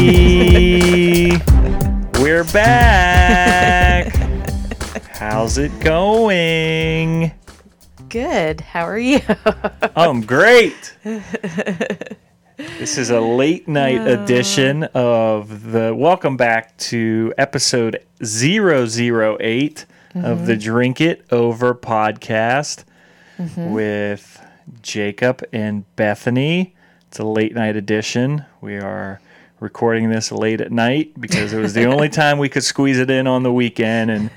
company. We're back. How's it going? Good. How are you? I'm great. This is a late night edition of the welcome back to episode 008 of the Drink It Over podcast with Jacob and Bethany. It's a late night edition. We are recording this late at night because it was the only time we could squeeze it in on the weekend and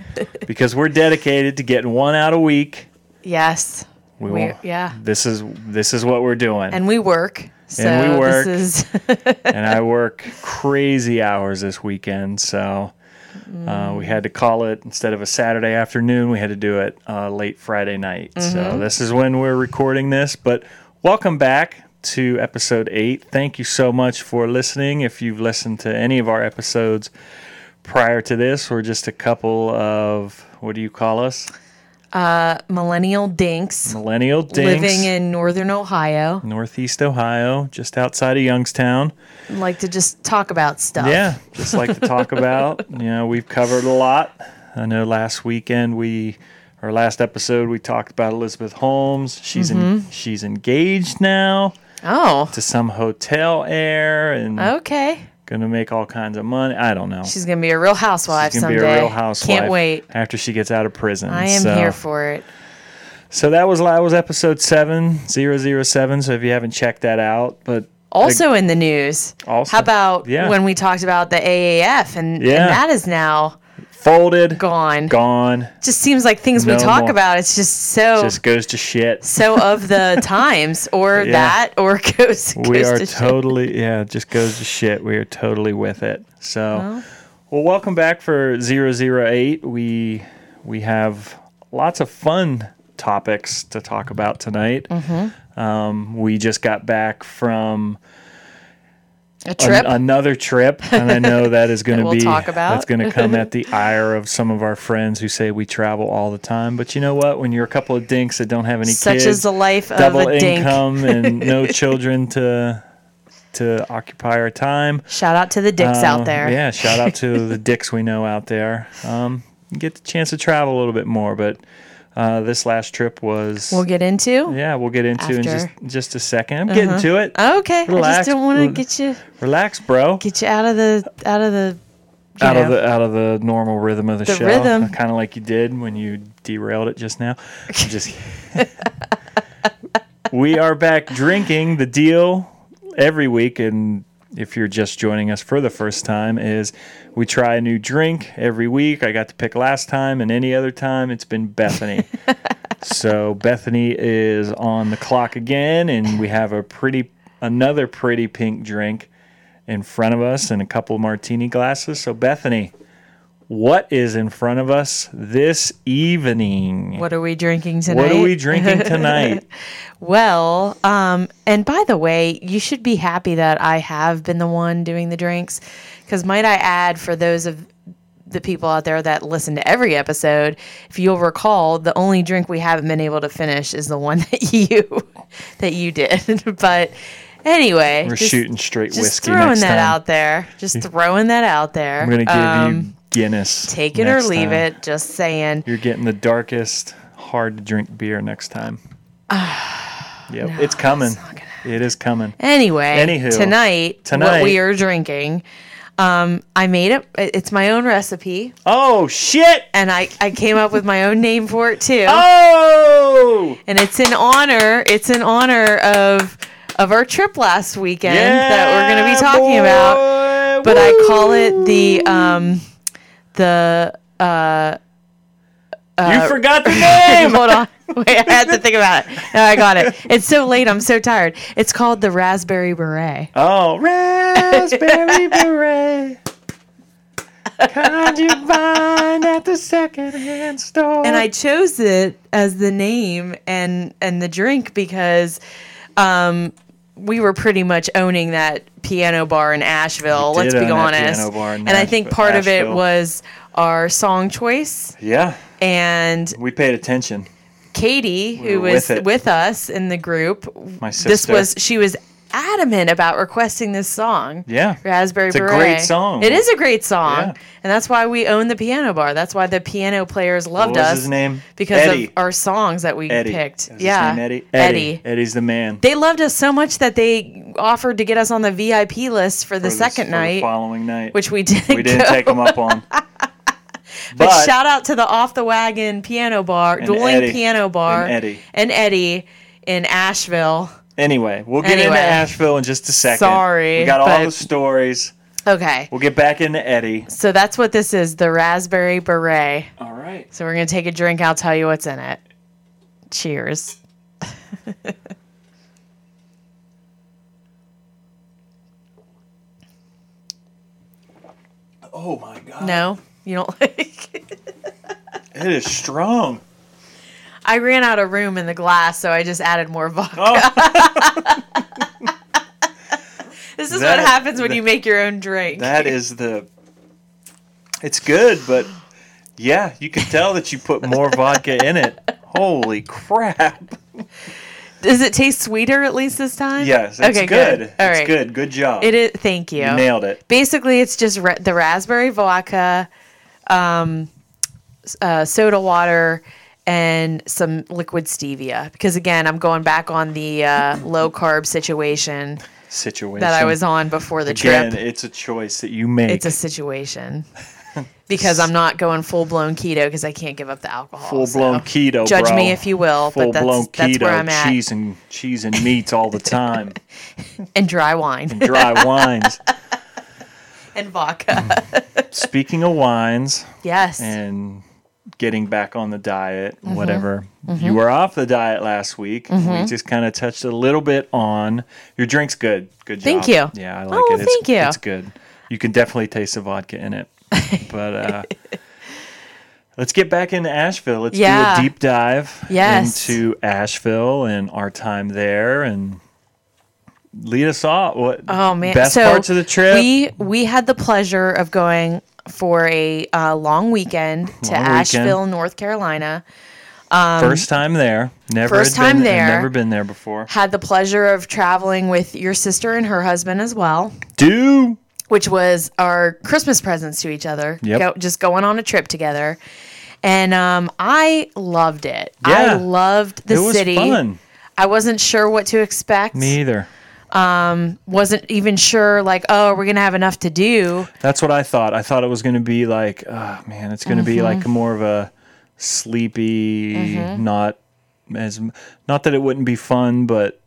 because we're dedicated to getting one out a week. yes. We We're- won't- yeah. This is this is what we're doing. And we work. So we work. this is and I work crazy hours this weekend. So uh, we had to call it instead of a Saturday afternoon, we had to do it uh, late Friday night. Mm-hmm. So this is when we're recording this. But welcome back to episode eight. Thank you so much for listening. If you've listened to any of our episodes prior to this, we're just a couple of what do you call us? millennial dinks, Millennial dinks. living in northern Ohio. Northeast Ohio, just outside of Youngstown. Like to just talk about stuff. Yeah, just like to talk about. You know, we've covered a lot. I know last weekend we, or last episode, we talked about Elizabeth Holmes. She's Mm-hmm. en- she's engaged now Oh. to some hotel heir and Okay. gonna make all kinds of money. I don't know. She's Oh. She's gonna be a real housewife gonna someday. be a real housewife. Can't wait. after she gets out of prison. I am so- here for it. So that was that was episode seven zero zero seven. So if you haven't checked that out, but Also in the news. Also- How about yeah. when we talked about the AAF and, and Yeah. that is now folded, gone. gone, Just seems like things No we talk more. about. It's just so just goes to shit. so of the times or Yeah. that or goes, goes we are to shit. totally yeah it just goes to shit we are totally with it so well, welcome back for 008 we we have lots of fun topics to talk about tonight Mm-hmm. um, we just got back from a an- trip another trip and i know that is going to we'll be talk about. that's going to come at the ire of some of our friends who say we travel all the time but you know what when you're a couple of dinks that don't have any such kids as the life of double a dink income and no children to to occupy our time. shout out to the dicks Uh, out there Yeah, shout out to the dicks we know out there. Um, you get the chance to travel a little bit more, but uh, this last trip was. we'll get into yeah, we'll get into in just After. Uh-huh. just a second. I'm getting to it. okay i Relax. just don't want to get you Relax, bro. get you out of the out of the you out of know. the out of the normal rhythm of the, The show, rhythm. kind of like you did when you derailed it just now. I'm just we are back drinking the deal every week, and if you're just joining us for the first time, is we try a new drink every week. I got to pick last time, and any other time, it's been Bethany. so Bethany is on the clock again, and we have a pretty another pretty pink drink in front of us and a couple martini glasses. So, Bethany, what is in front of us this evening? what are we drinking tonight What are we drinking tonight? well um and by the way you should be happy that i have been the one doing the drinks because might i add for those of the people out there that listen to every episode, if you'll recall, the only drink we haven't been able to finish is the one that you that you did. but anyway, We're just- shooting straight just whiskey throwing next that time. out there. Just throwing that out there. I'm going to give Um, you Guinness. take it or next leave time. it. Just saying. You're getting the darkest, hard to drink beer next time. yep, it's coming. it is coming. Anyway, Anywho, tonight, tonight- what we are drinking. Um, I made it. It's my own recipe, Oh, shit! and I, I came up with my own name for it too. Oh! and it's in honor it's in honor of of our trip last weekend that we're going to be talking about. about but i call it the um the uh you forgot the name! hold on wait i had to think about it no i got it it's so late i'm so tired it's called the raspberry beret Oh, raspberry beret. Kind you find at the secondhand store? and I chose it as the name and and the drink because um, we were pretty much owning that piano bar in Asheville. We did Let's be own that honest. piano bar in and I think Nashville- part of it Asheville. was our song choice yeah, and we paid attention. Katie, were who was with it. with us in the group. My This sister. was she was adamant about requesting this song. Yeah. Raspberry It's a Beret. great song. It is a great song. Yeah. And that's why we own the piano bar. That's why the piano players loved What was us. his name? Because Eddie. of our songs that we Eddie. Is picked. his yeah. name Eddie? Eddie. Eddie's the man. They loved us so much that they offered to get us on the VIP list for for the this- second for the night, following night. which we didn't. we didn't go. take him up on. But, But, shout out to the Off the Wagon Piano Bar, Dueling Eddie. Piano Bar, And Eddie. and Eddie in Asheville. anyway, we'll get Anyway. into Asheville in just a second. Sorry, We got all but- the stories. Okay, We'll get back into Eddie. so that's what this is the Raspberry Beret. All right. So we're going to take a drink. I'll tell you what's in it. Cheers. Oh my god. No, you don't like. It is strong. I ran out of room in the glass, so I just added more vodka. Oh, This is That- what happens when that- you make your own drink. that is the It's good, but yeah, you can tell that you put more vodka in it. Holy crap. Does it taste sweeter at least this time? Yes, it's good. All it's right. good. Good job. It is. Thank you. You nailed it. Basically, it's just ra- the raspberry vodka, um, s- uh, soda water, and some liquid stevia. Because again, I'm going back on the uh, low carb situation Situation. that I was on before the Again, trip. it's a choice that you make. It's a situation. Because I'm not going full blown keto because I can't give up the alcohol. full blown so keto. Judge bro. me if you will, Full but that's, blown that's keto. where I'm at. Cheese and cheese and meats all the time. And dry wine Dry wines. and vodka. Speaking of wines yes. Mm-hmm. and getting back on the diet, Mm-hmm. and whatever. You were off the diet last week. We just kind of touched a little bit on your drink's good. Good job. Thank you. Yeah, I like Oh, it. It's, thank you. It's good. You can definitely taste the vodka in it. But uh Let's get back into Asheville. Let's Yeah. do a deep dive Yes. into Asheville and our time there and lead us off. What Oh man! best so parts of the trip? We we had the pleasure of going for a uh, long weekend to Long weekend. Asheville, North Carolina. first time there. Never Um, first had been- time there. Never been there before. Had the pleasure of traveling with your sister and her husband as well, Do which was our Christmas presents to each other. Yep. just going on a trip together, and um, I loved it. I Yeah. loved the it was city. fun. I wasn't sure what to expect. Me either. Wasn't even sure like, oh, we're gonna have enough to do. That's what I thought. I thought it was going to be like, ah, man, it's going to be Mm-hmm. like more of a sleepy, not as not that it wouldn't be fun, but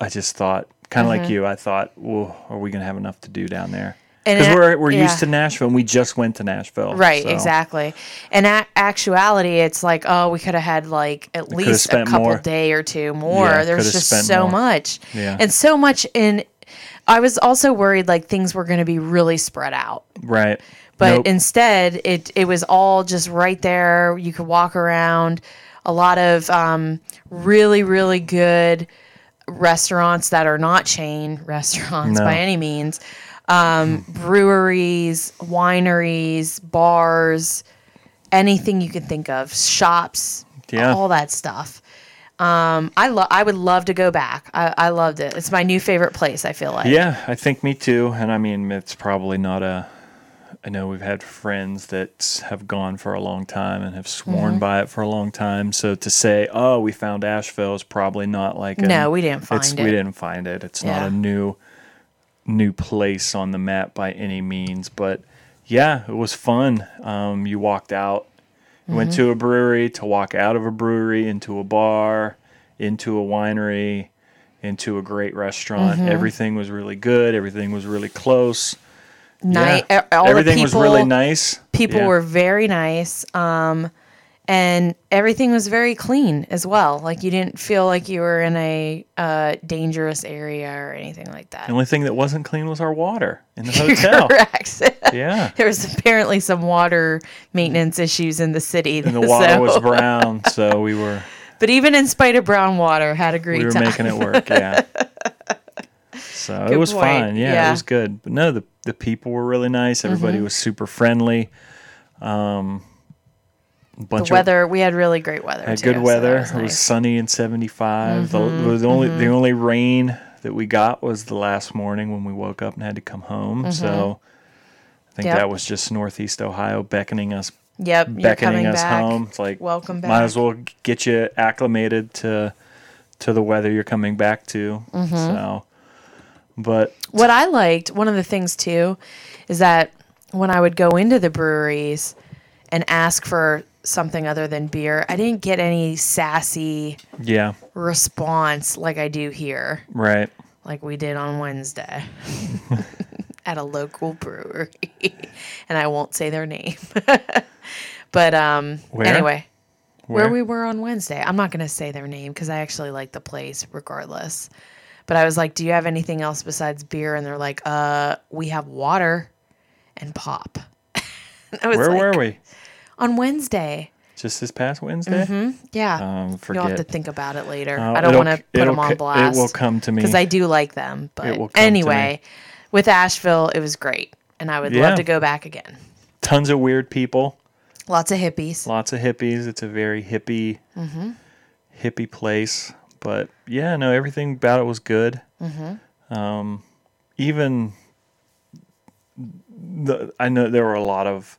I just thought, kind of Mm-hmm. like you, I thought, well, are we going to have enough to do down there? And Because it- we're we're yeah. used to Nashville, and we just went to Nashville, Right, so exactly. And a- actuality, it's like, oh, we could have had like at coulda least a spent couple more. day or two more. Yeah, There's coulda just spent so more. much, Yeah. and so much in. I was also worried like things were going to be really spread out, Right, but Nope. instead it it was all just right there. You could walk around. A lot of um, really really good restaurants that are not chain restaurants No. by any means. Um, breweries, wineries, bars, anything you can think of, shops, Yeah. all that stuff. Um, I love. I would love to go back. I, I loved it. It's my new favorite place. I feel like. Yeah, I think me too. And I mean, it's probably not a. I know we've had friends that have gone for a long time and have sworn by it for a long time. So to say, "Oh, we found Asheville," is probably not like a, No, we didn't it's, find We it. didn't find it. It's not Yeah. a new new place on the map by any means. But yeah, it was fun. Um, you walked out, you went Mm-hmm. to a brewery to walk out of a brewery into a bar, into a winery, into a great restaurant. Mm-hmm. Everything was really good. Everything was really close. Night. Yeah. e, All everything the people, was really nice. People Yeah. were very nice. Um, and everything was very clean as well. Like you didn't feel like you were in a uh, dangerous area or anything like that. The only thing that wasn't clean was our water in the hotel. Correct. Yeah. there was apparently some water maintenance issues in the city. And the water so- was brown, so we were but even in spite of brown water, had a great we were time. making it work. Yeah. So it Good was point, fine. Yeah, yeah. Mm-hmm. it was good. But no, the the people were really nice. Everybody was super friendly. Um, bunch the weather, we had really great weather. Had too, good so that weather. was It was nice. Mm-hmm. sunny and 75. The, it was only the only rain that we got was the last morning when we woke up and had to come home. So I think Mm-hmm. Yep. that was just Northeast Ohio beckoning us Yep. you're beckoning coming us back. home. It's like Welcome Might back. as well g- get you acclimated to to the weather you're coming back to. Mm-hmm. So, but What I liked, one of the things too, is that when I would go into the breweries and ask for something other than beer, I didn't get any sassy yeah, response like I do here, right. like we did on Wednesday at a local brewery. and I won't say their name. but um Where? anyway, where we were on Wednesday. I'm not going to say their name because I actually like the place regardless. But I was like, Do you have anything else besides beer? And they're like, Uh, we have water and pop. And I was where like, were we? On Wednesday. Just this past Wednesday. Yeah. Um, forget. Mm-hmm. You'll have to think about it later. Uh, I don't it'll- want to put it'll them on co- blast. It will come to me. Because I do like them. But will come to me. anyway, with Asheville, it was great. And I would Yeah. love to go back again. Tons of weird people. Lots of hippies. lots of hippies. It's a very hippie, Mm-hmm. hippie place. But yeah, no, everything about it was good. Um, Mm-hmm. even the, I know there were a lot of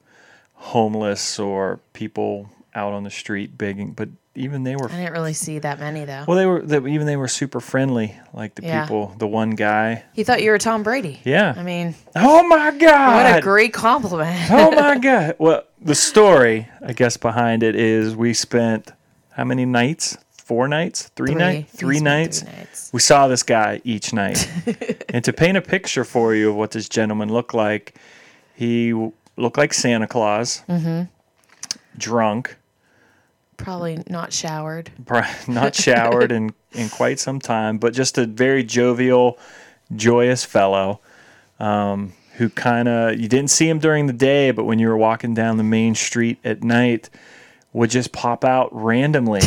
homeless or people out on the street begging, but even they were I didn't really see that many, though. well, they were they, even they were super friendly. Like the Yeah. people, the one guy. He thought you were Tom Brady. Yeah. I mean, Oh my god! what a great compliment. oh my god well the story i guess behind it is we spent how many nights four nights three, Three. nights We three spent nights three nights. we saw this guy each night and to paint a picture for you of what this gentleman looked like he w- looked like santa claus drunk Probably not showered. pri- not showered in, in quite some time, but just a very jovial, joyous fellow um, who kind of, you didn't see him during the day, but when you were walking down the main street at night, would just pop out randomly.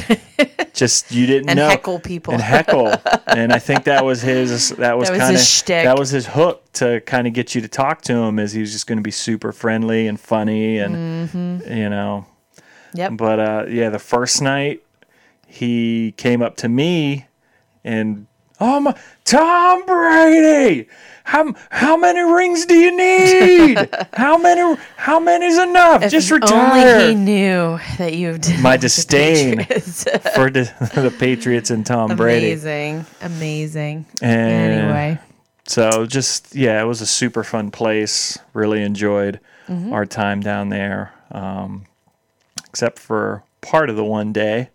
just, you didn't And know. heckle people. And heckle. and I think that was his, that was, That was kind his of, shtick. that was his hook to kind of get you to talk to him is he was just going to be super friendly and funny and, Mm-hmm. you know, Yep. but uh, yeah, the first night he came up to me and oh my Tom Brady, how how many rings do you need? how many how many's enough? Just If retire. Only he knew that you did. My disdain Patriots. for the, the Patriots and Tom Brady. Amazing. Amazing. And Anyway. So just yeah, it was a super fun place. Really enjoyed Mm-hmm. our time down there, um, except for part of the one day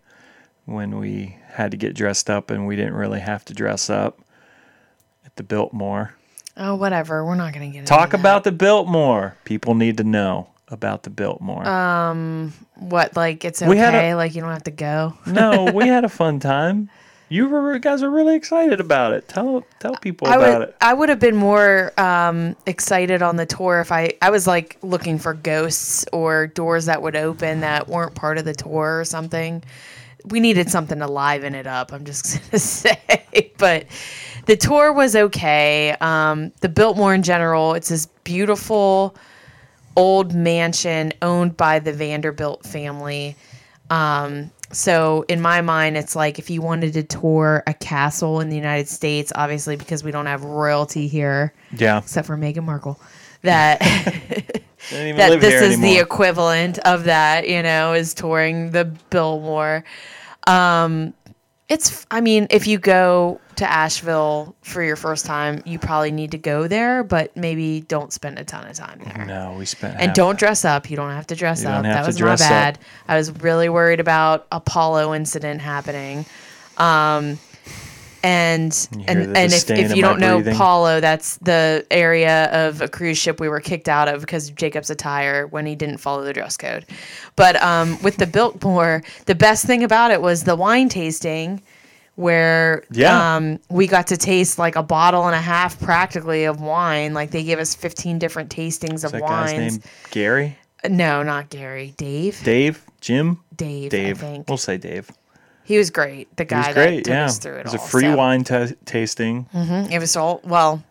when we had to get dressed up and we didn't really have to dress up at the Biltmore. Oh, whatever. We're not going to get Talk into about the Biltmore. People need to know about the Biltmore. Uh. that. what like it's okay. We had a- like you don't have to go. no, we had a fun time. You were, guys are really excited about it. Tell tell people I about would it. I would have been more um, excited on the tour if I I was like looking for ghosts or doors that would open that weren't part of the tour or something. We needed something to liven it up. I'm just gonna say, but the tour was okay. Um, the Biltmore in general, it's this beautiful old mansion owned by the Vanderbilt family. Um, so in my mind, it's like if you wanted to tour a castle in the United States, obviously because we don't have royalty here, Yeah, except for Meghan Markle, that didn't even that live this here is the anymore. equivalent of that, you know, is touring the Billmore. Um, it's, I mean, if you go to Asheville for your first time, you probably need to go there, but maybe don't spend a ton of time there. no, we spent And half- don't dress up. You don't have to dress You don't up. have That to was my dress up. bad. I was really worried about Apollo incident happening. Um, and You hear and, the and if, disdain if in you my don't know breathing. Apollo, that's the area of a cruise ship we were kicked out of because of Jacob's attire when he didn't follow the dress code. But um, with the Biltmore, the best thing about it was the wine tasting where Yeah. um, we got to taste like a bottle and a half practically of wine. Like they gave us 15 different tastings Is of that wines. guy's name Gary? No, not Gary. Dave. Dave? Jim? Dave. Dave. I think We'll say Dave. he was great. The It guy was great. that took Yeah. us through it, It was a all, free so- wine t- tasting, Mhm, It was all well.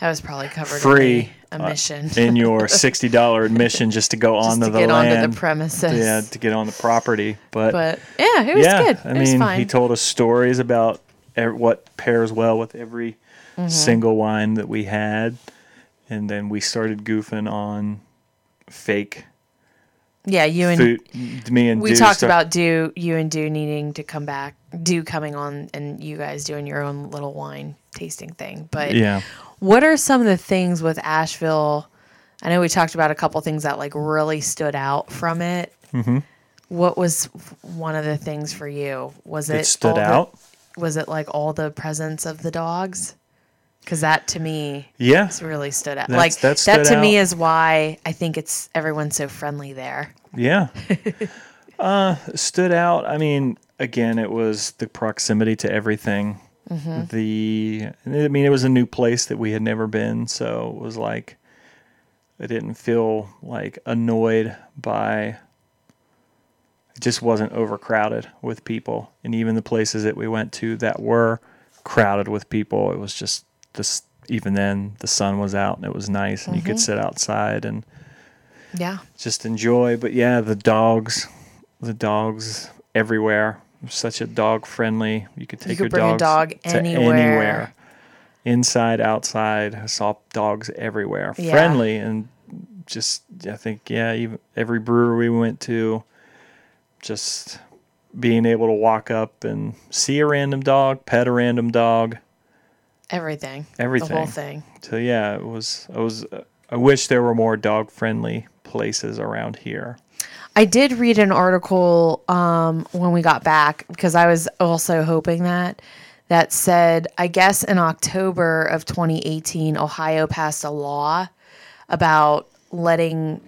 That was probably covered. Free, uh, in the omission in your sixty dollar admission just to go just onto to the get land. onto the premises. yeah, to get on the property. But, but yeah, it was yeah, good. I it was mean, fine. he told us stories about e- what pairs well with every Mm-hmm. single wine that we had, and then we started goofing on fake Yeah, you and food. Me and we Deuce talked start- about do you and do needing to come back, do coming on, and you guys doing your own little wine tasting thing. But yeah. what are some of the things with Asheville? I know we talked about a couple things that like really stood out from it. Mm-hmm. What was one of the things for you? Was it, It stood all the- out. was it like all the presence of the dogs? Because that to me Yeah, it's really stood out. That's- like that that, stood to me out. is why I think it's everyone's so friendly there. yeah. uh, stood out. I mean, again, it was the proximity to everything. The I mean, it was a new place that we had never been, so it was like I didn't feel like annoyed by. It just wasn't overcrowded with people, and even the places that we went to that were crowded with people, it was just this. Even then, the sun was out and it was nice, and you could sit outside and Yeah. just enjoy. But yeah, the dogs, the dogs everywhere. Such a dog friendly. You could take your could bring a dogs dog to anywhere. inside, outside. I saw dogs everywhere, Yeah. friendly and just. I think yeah, even every brewer we went to, just being able to walk up and see a random dog, pet a random dog. Everything. The Everything. whole thing. So yeah, it was. I was. I wish there were more dog friendly places around here. I did read an article um, when we got back because I was also hoping that that said I guess in October of 2018 Ohio passed a law about letting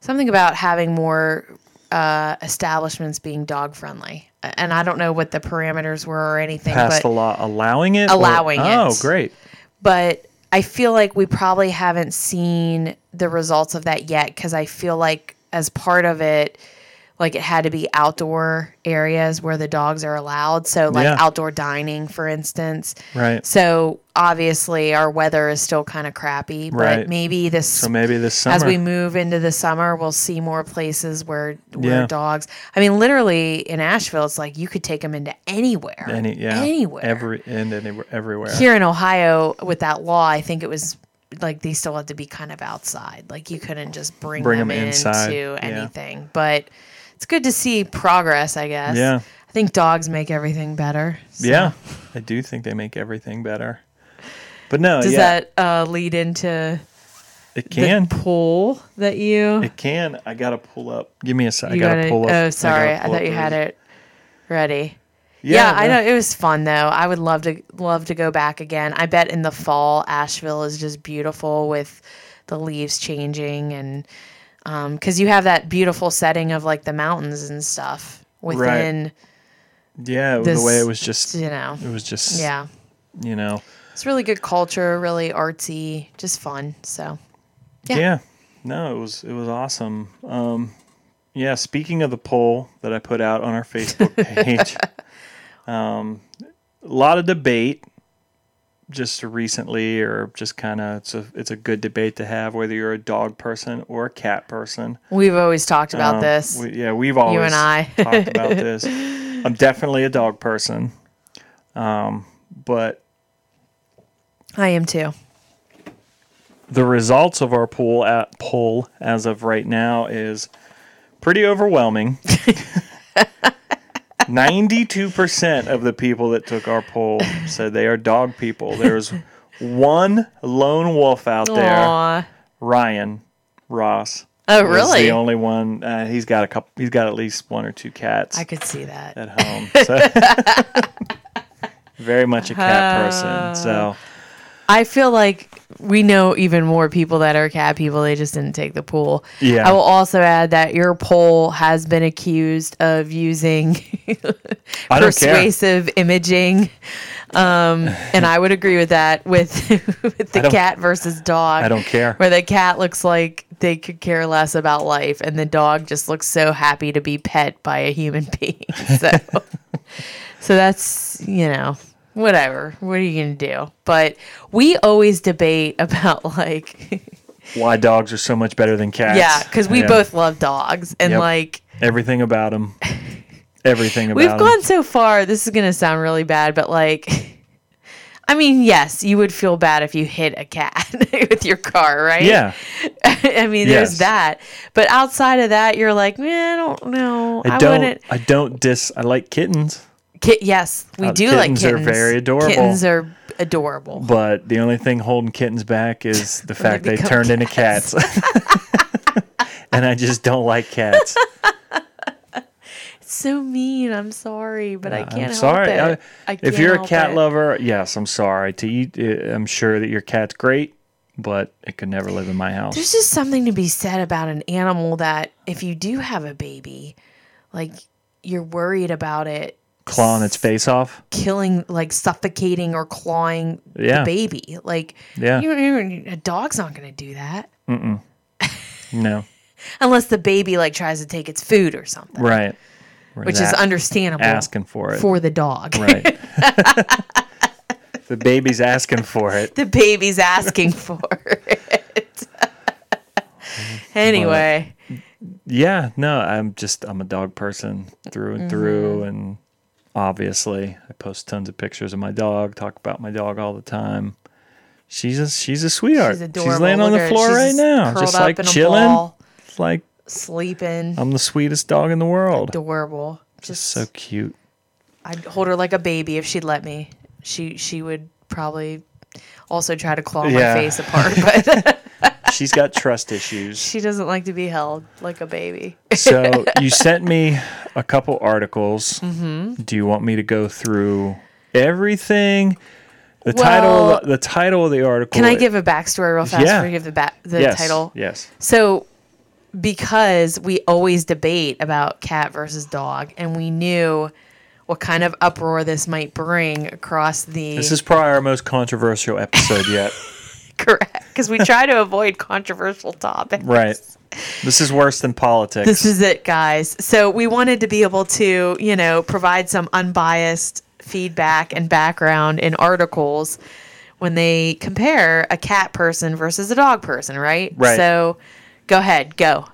something about having more uh, establishments being dog friendly and I don't know what the parameters were or anything passed but a law allowing it? or- Allowing Oh, it. great. but I feel like we probably haven't seen the results of that yet because I feel like as part of it, like it had to be outdoor areas where the dogs are allowed. So, like Yeah. outdoor dining, for instance. Right. So, obviously, our weather is still kind of crappy, Right. but maybe this. So maybe this summer. As we move into the summer, we'll see more places where where Yeah. dogs. I mean, literally in Asheville, it's like you could take them into anywhere, Any, yeah, anywhere, Every, and anywhere, everywhere. here in Ohio with that law, I think it was like they still had to be kind of outside. Like you couldn't just bring, Bring them, them inside, into yeah. anything. But it's good to see progress, I guess. Yeah. I think dogs make everything better. So Yeah. I do think they make everything better. But no, Does yeah, that uh, lead into it the can. poll that you It can. I gotta pull up. Give me a sec. I you gotta, pull up. Oh, sorry. gotta I, pull thought up you had those. it ready. Yeah, I no. know it was fun though. I would love to love to go back again. I bet in the fall Asheville is just beautiful with the leaves changing and because you have that beautiful setting of like the mountains and stuff within Yeah, this- the way it was just. you know It was just. Yeah. yeah You know. it's really good culture really artsy just fun so Yeah. Yeah. No, it was it was awesome. Um, yeah. Speaking of the poll that I put out on our Facebook page, um, a lot of debate just recently, or just kind of it's a it's a good debate to have whether you're a dog person or a cat person. we've always talked about Um, this we- yeah, we've always I. talked about this. I'm definitely a dog person, um, but I am too the results of our poll at poll as of right now is pretty overwhelming. 92% of the people that took our poll said they are dog people. There's one lone wolf out there, Aw. Ryan Ross. oh was really The only one uh, he's got a couple he's got at least one or two cats I could see that at home. So very much a cat person. So I feel like we know even more people that are cat people. They just didn't take the pool. Yeah. I will also add that your poll has been accused of using I don't care. persuasive imaging. Um, and I would agree with that with, with the don't- cat versus dog. I don't care. Where the cat looks like they could care less about life and the dog just looks so happy to be pet by a human being. So, so that's, you know, whatever. What are you going to do? But we always debate about like, why dogs are so much better than cats. yeah, because we both love dogs and Yep. like, everything about them. Everything about We've 'em. gone so far. This is gonna sound really bad, but like, I mean, yes, you would feel bad if you hit a cat with your car, right? Yeah. I mean, Yes. there's that. But outside of that, you're like, man, I don't know. I don't. I don't dis. I like kittens, Ki- yes, we Uh, do like kittens are kittens. very adorable. Kittens are adorable. but the only thing holding kittens back is the fact they they become turned into cats. and I just don't like cats. So mean. I'm sorry, but I can't I'm help sorry. it. Uh, I if can't you're a help cat it. lover, yes, I'm sorry to you. uh, I'm sure that your cat's great, but it could never live in my house. there's just something to be said about an animal that if you do have a baby, like you're worried about it Clawing its face off. killing, like suffocating or clawing Yeah. the baby. Like, Yeah. you, you, a dog's not going to do that No. unless the baby like tries to take its food or something, Right. which is is understandable asking for it. for the dog. Right. the baby's asking for it. the baby's asking for it. anyway, Yeah, no, I'm just I'm a dog person through and through Mm-hmm. and obviously I post tons of pictures of my dog, talk about my dog all the time. She's a she's a sweetheart. she's She's, adorable. laying on Look the at her. floor She's right now, curled just up like in a chilling. ball, It's like sleeping, I'm the sweetest dog in the world. adorable. Just so cute. I'd hold her like a baby if she'd let me. She she would probably also try to claw Yeah. my face apart, but She's got trust issues. she doesn't like to be held like a baby. So you sent me a couple articles. Mm-hmm. Do you want me to go through everything? The title, Well, of the, the title of the article. Can I give a backstory real fast Yeah. before you give the ba- the yes, title? Yes. So, because we always debate about cat versus dog, and we knew what kind of uproar this might bring across the This is probably our most controversial episode yet. correct because we try to avoid controversial topics. right. This is worse than politics. This is it, guys. So we wanted to be able to, you know, provide some unbiased feedback and background in articles when they compare a cat person versus a dog person, right? Right. So, go ahead, go.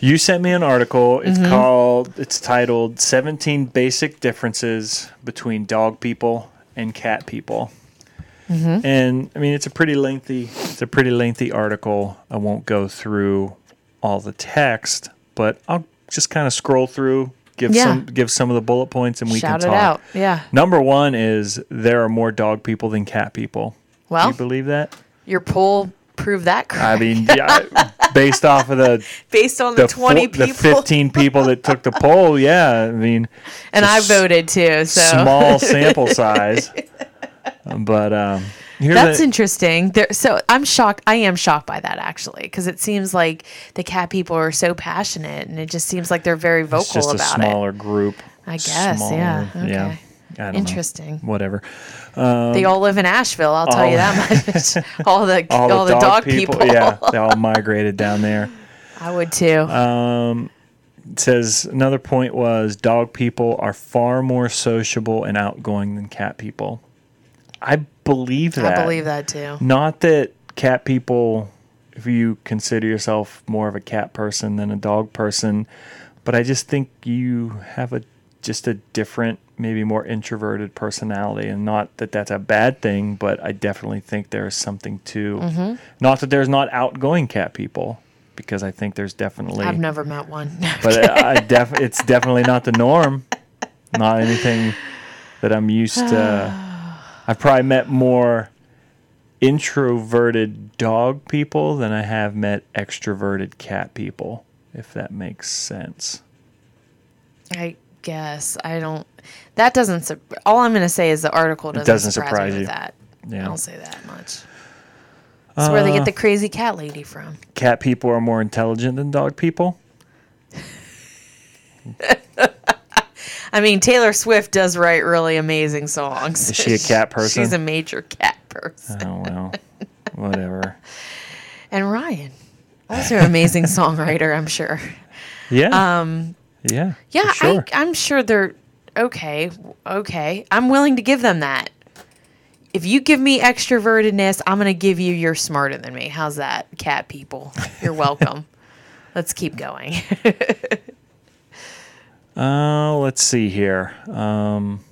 you sent me an article. It's Mm-hmm. called. It's titled "17 Basic Differences Between Dog People and Cat People." Mm-hmm. And I mean, it's a pretty lengthy. It's a pretty lengthy article. I won't go through all the text, but I'll just kind of scroll through, give Yeah. some, give some of the bullet points, and we Shout can it talk. out. Yeah. Number one is there are more dog people than cat people. Do Well, you believe that? Your poll proved that correct. I mean, yeah, based off of the Based on the, the 20 four- the people. 15 people that took the poll. Yeah, I mean, and I s- voted too. So small sample size. But um, here's that's a- interesting. There, so I'm shocked. I am shocked by that actually, because it seems like the cat people are so passionate and it just seems like they're very vocal it's just a about it. smaller group. I guess, yeah, okay. I don't know. Interesting. Whatever. they all live in Asheville. I'll tell you Um, all- that much. all the all, the, dog, people. Yeah, they all migrated down there. I would too. Uh, It says another point was dog people are far more sociable and outgoing than cat people. I believe that. I believe that too. Not that cat people, if you consider yourself more of a cat person than a dog person, but I just think you have a just a different, maybe more introverted personality, and not that that's a bad thing, but I definitely think there is something to. Not that there's not outgoing cat people, because I think there's definitely I've never met one. but I, I def- it's definitely not the norm. Not anything that I'm used to. I've probably met more introverted dog people than I have met extroverted cat people, if that makes sense. I guess I don't. That doesn't. sur- All I'm going to say is the article doesn't, doesn't surprise, surprise me you. with that. Yeah. Uh, I'll say that much. That's where they get the crazy cat lady from. Cat people are more intelligent than dog people. I mean, Taylor Swift does write really amazing songs. Is she a cat person? She's a major cat person. Oh, well, whatever. And Ryan, also an amazing songwriter, I'm sure. Yeah. Um, yeah. for Yeah, sure. I, I'm sure they're okay. Okay, I'm willing to give them that. If you give me extrovertedness, I'm gonna give you you're smarter than me. How's that, cat people? You're welcome. Let's keep going. Uh, let's see here. Um,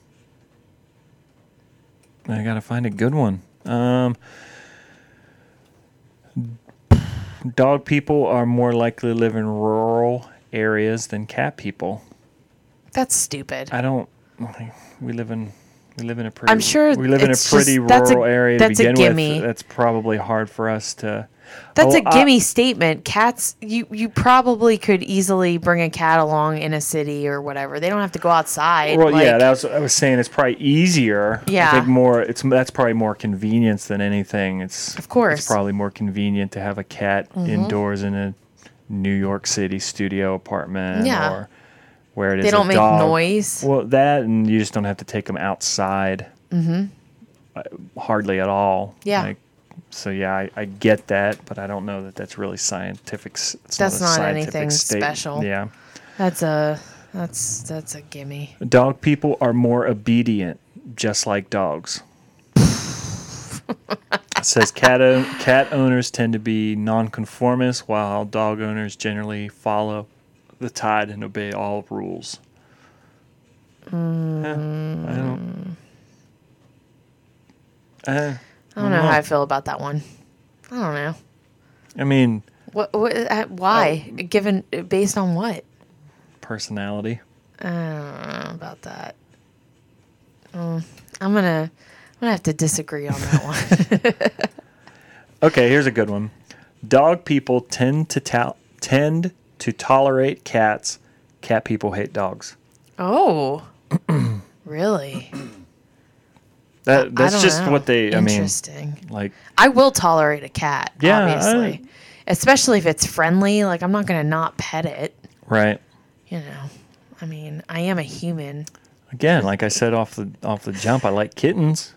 I gotta find a good one. Um, dog people are more likely to live in rural areas than cat people. That's stupid. I don't. We live in we live in a pretty. I'm sure we live in a it's pretty just- that's a- rural area that's a to begin gimme. with. That's probably hard for us to. That's Oh, a I- gimme statement. Cats, you you probably could easily bring a cat along in a city or whatever. They don't have to go outside. Well, yeah, like- that was I was saying. It's probably easier. Yeah. I think more. It's that's probably more convenience than anything. It's Of course. Mm-hmm. It's probably more convenient to have a cat indoors in a New York City studio apartment. Yeah. Or where it is they don't a make dog. noise. Well, that and you just don't have to take them outside. Mm-hmm. Hardly at all. Yeah. so yeah, I, I get that, but I don't know that that's really scientific. s- It's That's a not scientific anything state- special. Yeah. That's a that's that's a gimme. Dog people are more obedient, just like dogs. it says cat, o- cat owners tend to be nonconformists, while dog owners generally follow the tide and obey all rules. Huh, I don't. Uh, I don't know how I feel about that one. I don't know. I mean, What, what uh, why? Oh. Given based on what? personality. I don't know about that. Mm, I'm gonna I'm gonna have to disagree on that one. Okay, here's a good one. Dog people tend to to- tend to tolerate cats. Cat people hate dogs. oh, really? That that's I don't just know. what they. I mean, Interesting. like I will tolerate a cat, Yeah, obviously. I- Especially if it's friendly. Like, I'm not going to not pet it, right you know. I mean, I am a human. again. Like I said off the off the jump, I like kittens.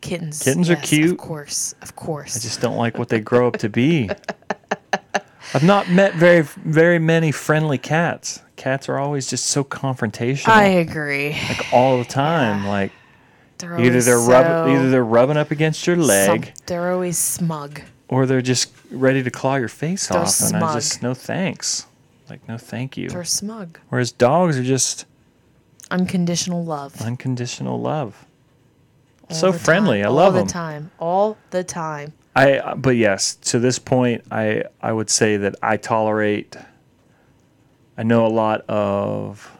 Kittens. Kittens are yes, Of cute. course. Of I course. just don't like what they grow up to be. I've not met very very many friendly cats. Cats are always just so confrontational, I agree. like all the time. Like They're either always they're so rubbing either they're rubbing up against your leg. some- they're always smug. or they're just ready to claw your face They're off and i smug. just no thanks like no thank you They're smug. whereas dogs are just Unconditional love. unconditional love all so the time, friendly i love All them the time. All the time. i but yes to this point i i would say that i tolerate i know a lot of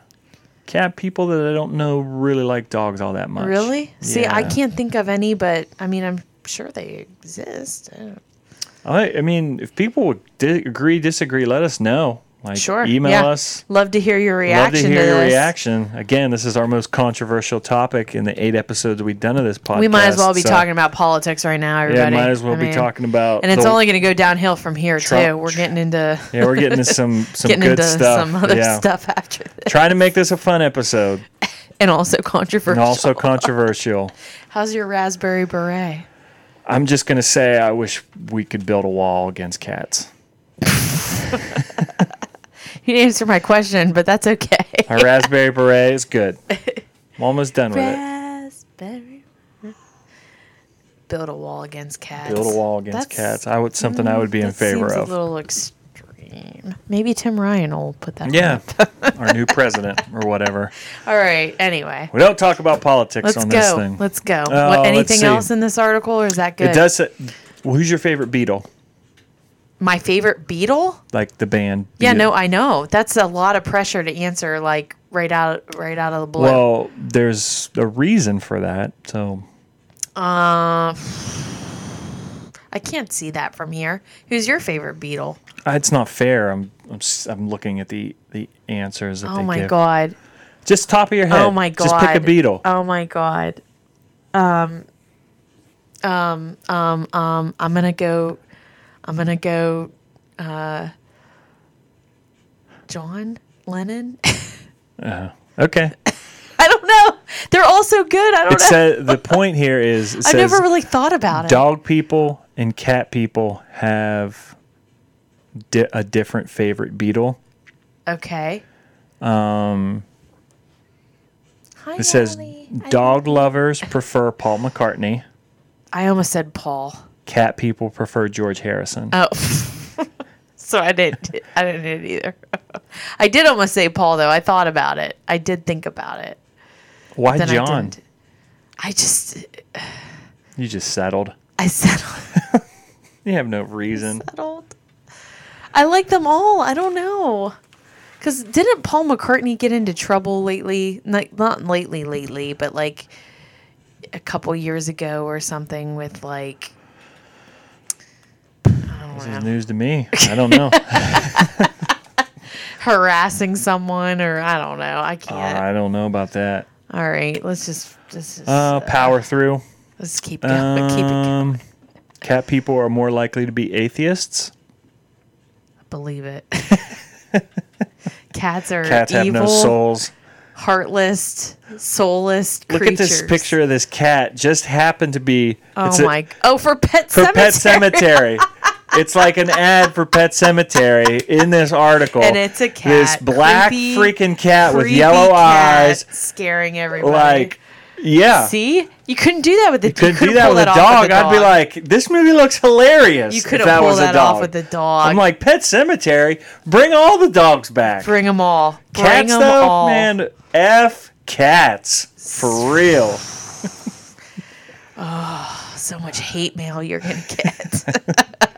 cat people that i don't know really like dogs all that much Really? See, I Yeah. can't think of any, but I mean, I'm sure they exist. I don't- i, I mean if people would di- agree disagree let us know like Sure. email yeah. us Love to hear your Love reaction to hear your this. reaction. Again, this is our most controversial topic in the eight episodes we've done of this podcast. We might as well be so- talking about politics right now, Yeah, everybody. might as well I be mean, talking about. And it's the- only going to go downhill from here Trump- too. We're getting into Yeah, we're getting into some some getting good into stuff. some other yeah. stuff after this, Trying to make this a fun episode and also and controversial. also controversial. How's your raspberry beret? I'm just gonna say I wish we could build a wall against cats. You didn't answer my question, but that's okay. Our raspberry beret is good. I'm almost done with it. Raspberry. Build a wall against cats. Build a wall against That's- cats. I would something I would be in that favor seems of. A little extreme. Maybe Tim Ryan will put that. on yeah, it. our new president or whatever. All right. Anyway. We don't talk about politics Let's on this go. thing. Let's go. Oh, what, let's anything see. else in this article, or is that good? It does. Say, well, who's your favorite Beatle? My favorite Beatle? Like the band? Yeah, Beatle. no, I know. That's a lot of pressure to answer, like right out, right out of the blue. Well, there's a reason for that. So Uh, I can't see that from here. Who's your favorite Beatle? uh, it's not fair. I'm I'm, s- I'm looking at the the answers. That Oh they my give. god. Just top of your head. Oh my god. Just pick a Beatle. Oh my god. Um, um, um, um. I'm gonna go. I'm gonna go. Uh, John Lennon. Okay. I don't know. They're all so good. I don't It know. says the point here is it I've says never really thought about it. dog people and cat people have di- a different favorite Beatle. Okay. Um. Hi, It says Molly. dog lovers prefer Paul McCartney. I almost said Paul. Cat people prefer George Harrison. Oh. so I didn't. I didn't do it either. I did almost say Paul though. I thought about it. I did think about it. Why Then I John? didn't. I just, You just settled. I settled. You have no reason. settled. I like them all. I don't know. Cause didn't Paul McCartney get into trouble lately? Like not lately, lately, but like a couple years ago or something with like. I This is don't know, news to me. I don't know. harassing someone or I don't know. I can't. Ah, I don't know about that. all right, let's just let's just Uh, power through. let's keep going. keep it going. Um, cat people are more likely to be atheists. Believe it. Cats are Cats have evil, no souls. heartless, soulless creatures. Look at this picture of this cat. Just happened to be. Oh it's a- my! oh, for Pet for Cemetery. Pet Cemetery. it's like an ad for Pet Cemetery in this article. And it's a cat. This black Creepy, freaking cat with Creepy yellow cat eyes. scaring everybody. Like, yeah. see, you couldn't do that with the. You Couldn't do couldn't that pull with a off dog. the I'd be like, this movie looks hilarious. you if couldn't that pull was a that dog. off with the dog. I'm like, Pet Cemetery, bring all the dogs back. bring them all. bring cats, them though, all. man, F cats. For real. So much hate mail you're gonna get.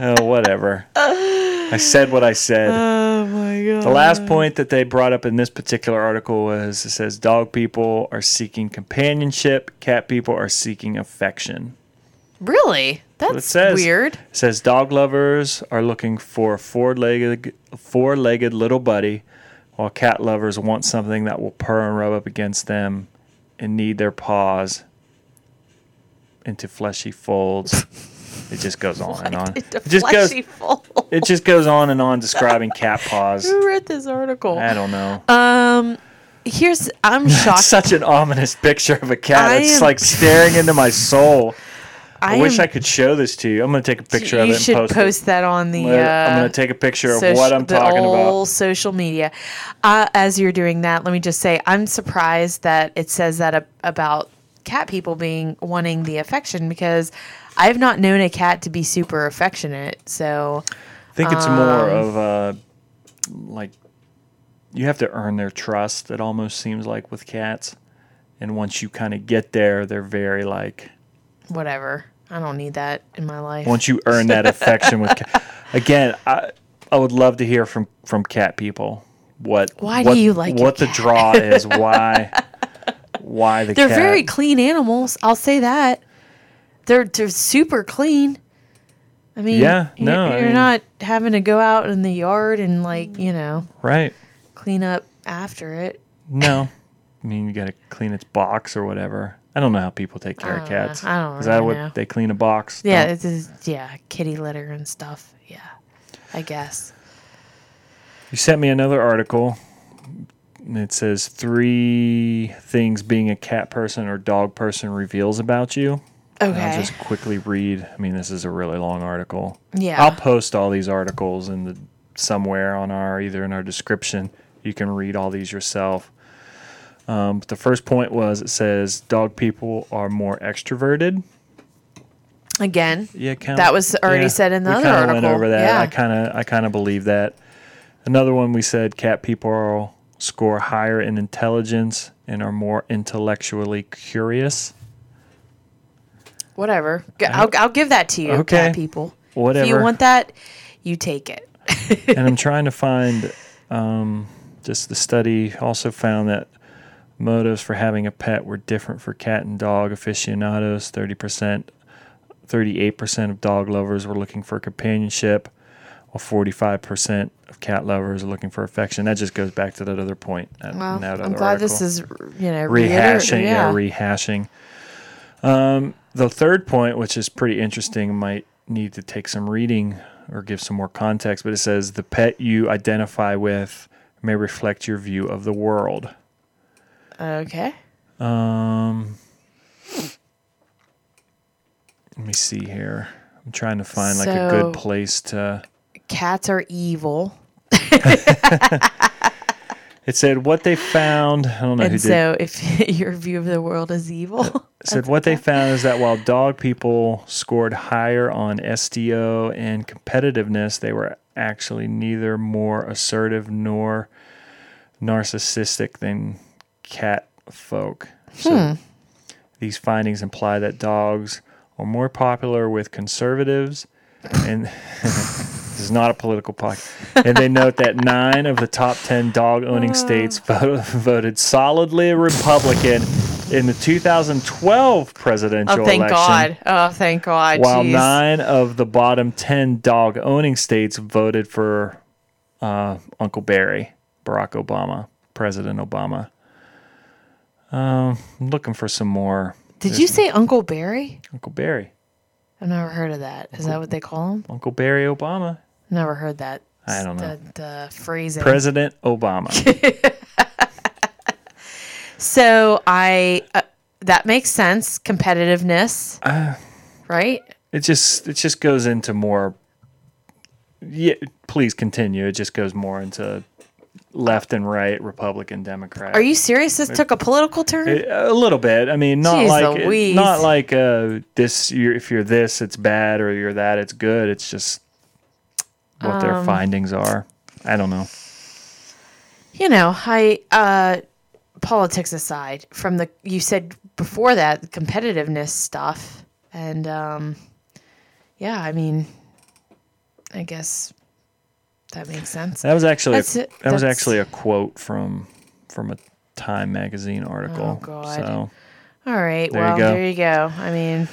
Oh, whatever. I said what I said. oh my god. The last point that they brought up in this particular article was it says dog people are seeking companionship, cat people are seeking affection. Really? It That's says weird. It says dog lovers are looking for a four-legged four-legged little buddy, while cat lovers want something that will purr and rub up against them and knead their paws into fleshy folds. it just goes on and on. Into It just goes fleshy fold. it just goes on and on describing cat paws. Who read this article? I don't know. Um, here's I'm It's shocked. such an ominous picture of a cat. I it's am- like staring into my soul. I, wish am- I could show this to you. I'm going to take a picture you of it and should post, it. post that on the. I'm gonna- I'm uh, going to take a picture of soci- what I'm the talking old social media. Uh, as you're doing that, let me just say I'm surprised that it says that ab- about cat people being wanting the affection because I've not known a cat to be super affectionate. So about. I think it's um, more of uh like you have to earn their trust. It almost seems like with cats, and once you kind of get there, they're very like whatever, I don't need that in my life. once you earn that affection with. Cat. Again, I I would love to hear from from cat people what Why do what, you like your what the cat? draw is why why the They're cat. very clean animals. I'll say that. They're they're super clean. I mean, Yeah, you're, no, I you're mean- not having to go out in the yard and like you know right. clean up after it. No. I mean, you got to clean its box or whatever. I don't know how people take care of I don't know. cats. Uh, I don't Is that really what know. they clean a box? Yeah, Don't- it's, it's- yeah, kitty litter and stuff. Yeah, I guess. You sent me another article. and It says three things being a cat person or dog person reveals about you. And Okay. I'll just quickly read. I mean, this is a really long article. Yeah. I'll post all these articles in the somewhere on our either in our description. You can read all these yourself. Um, but the first point was it says dog people are more extroverted. Again, Yeah, kind That was already said in the we other kinda Went article. over that. Yeah. I kind of I kind of believe that. Another one we said cat people score higher in intelligence and are more intellectually curious. whatever. G- I'll, I'll give that to you, cat Okay. people. Whatever. If you want that, you take it. and I'm trying to find um, just the study also found that motives for having a pet were different for cat and dog aficionados 30% 38% of dog lovers were looking for companionship while 45% of cat lovers are looking for affection that just goes back to that other point that, in Well, that I'm other glad this article is you know reiter- rehashing yeah. rehashing um, the third point which is pretty interesting might need to take some reading or give some more context but it says the pet you identify with may reflect your view of the world Okay. um, let me see here i'm trying to find like a So- good place to Cats are evil. it said what they found i don't know who and did so if your view of the world is evil said what they found is that while dog people scored higher on SDO and competitiveness, they were actually neither more assertive nor Hmm. narcissistic than cat folk. So These findings imply that dogs are more popular with conservatives, and this is not a political podcast. And they note that nine of the top 10 dog Uh. owning states vo- voted solidly Republican in the 2012 presidential Oh, thank election. God. Oh, thank God. While Jeez. nine of the bottom 10 dog owning states voted for uh, Uncle Barry, Barack Obama, President Obama. Um, I'm looking for some more Did you say Uncle Barry? Uncle Barry. I've never heard of that. Is that what they call him? Uncle Barry Obama. Never heard that. I don't know. The, the phrasing. President Obama. so I, uh, that makes sense. Competitiveness, Uh. right? it just it just goes into more yeah, please continue. It just goes more into left and right, Republican, Democrat. Are you serious? This took a political turn. a little bit. I mean, not Jeez like Louise. not like uh, this. You're, if you're this, it's bad, or you're that, it's good. It's just what Um, their findings are. I don't know. you know, I uh, politics aside from the you said before that the competitiveness stuff, and um, yeah, I mean, I guess that makes sense. That was actually a, That's it. that was That's- actually a quote from from a Time magazine article. Oh, God. So All right, There you well, go. there you go. I mean,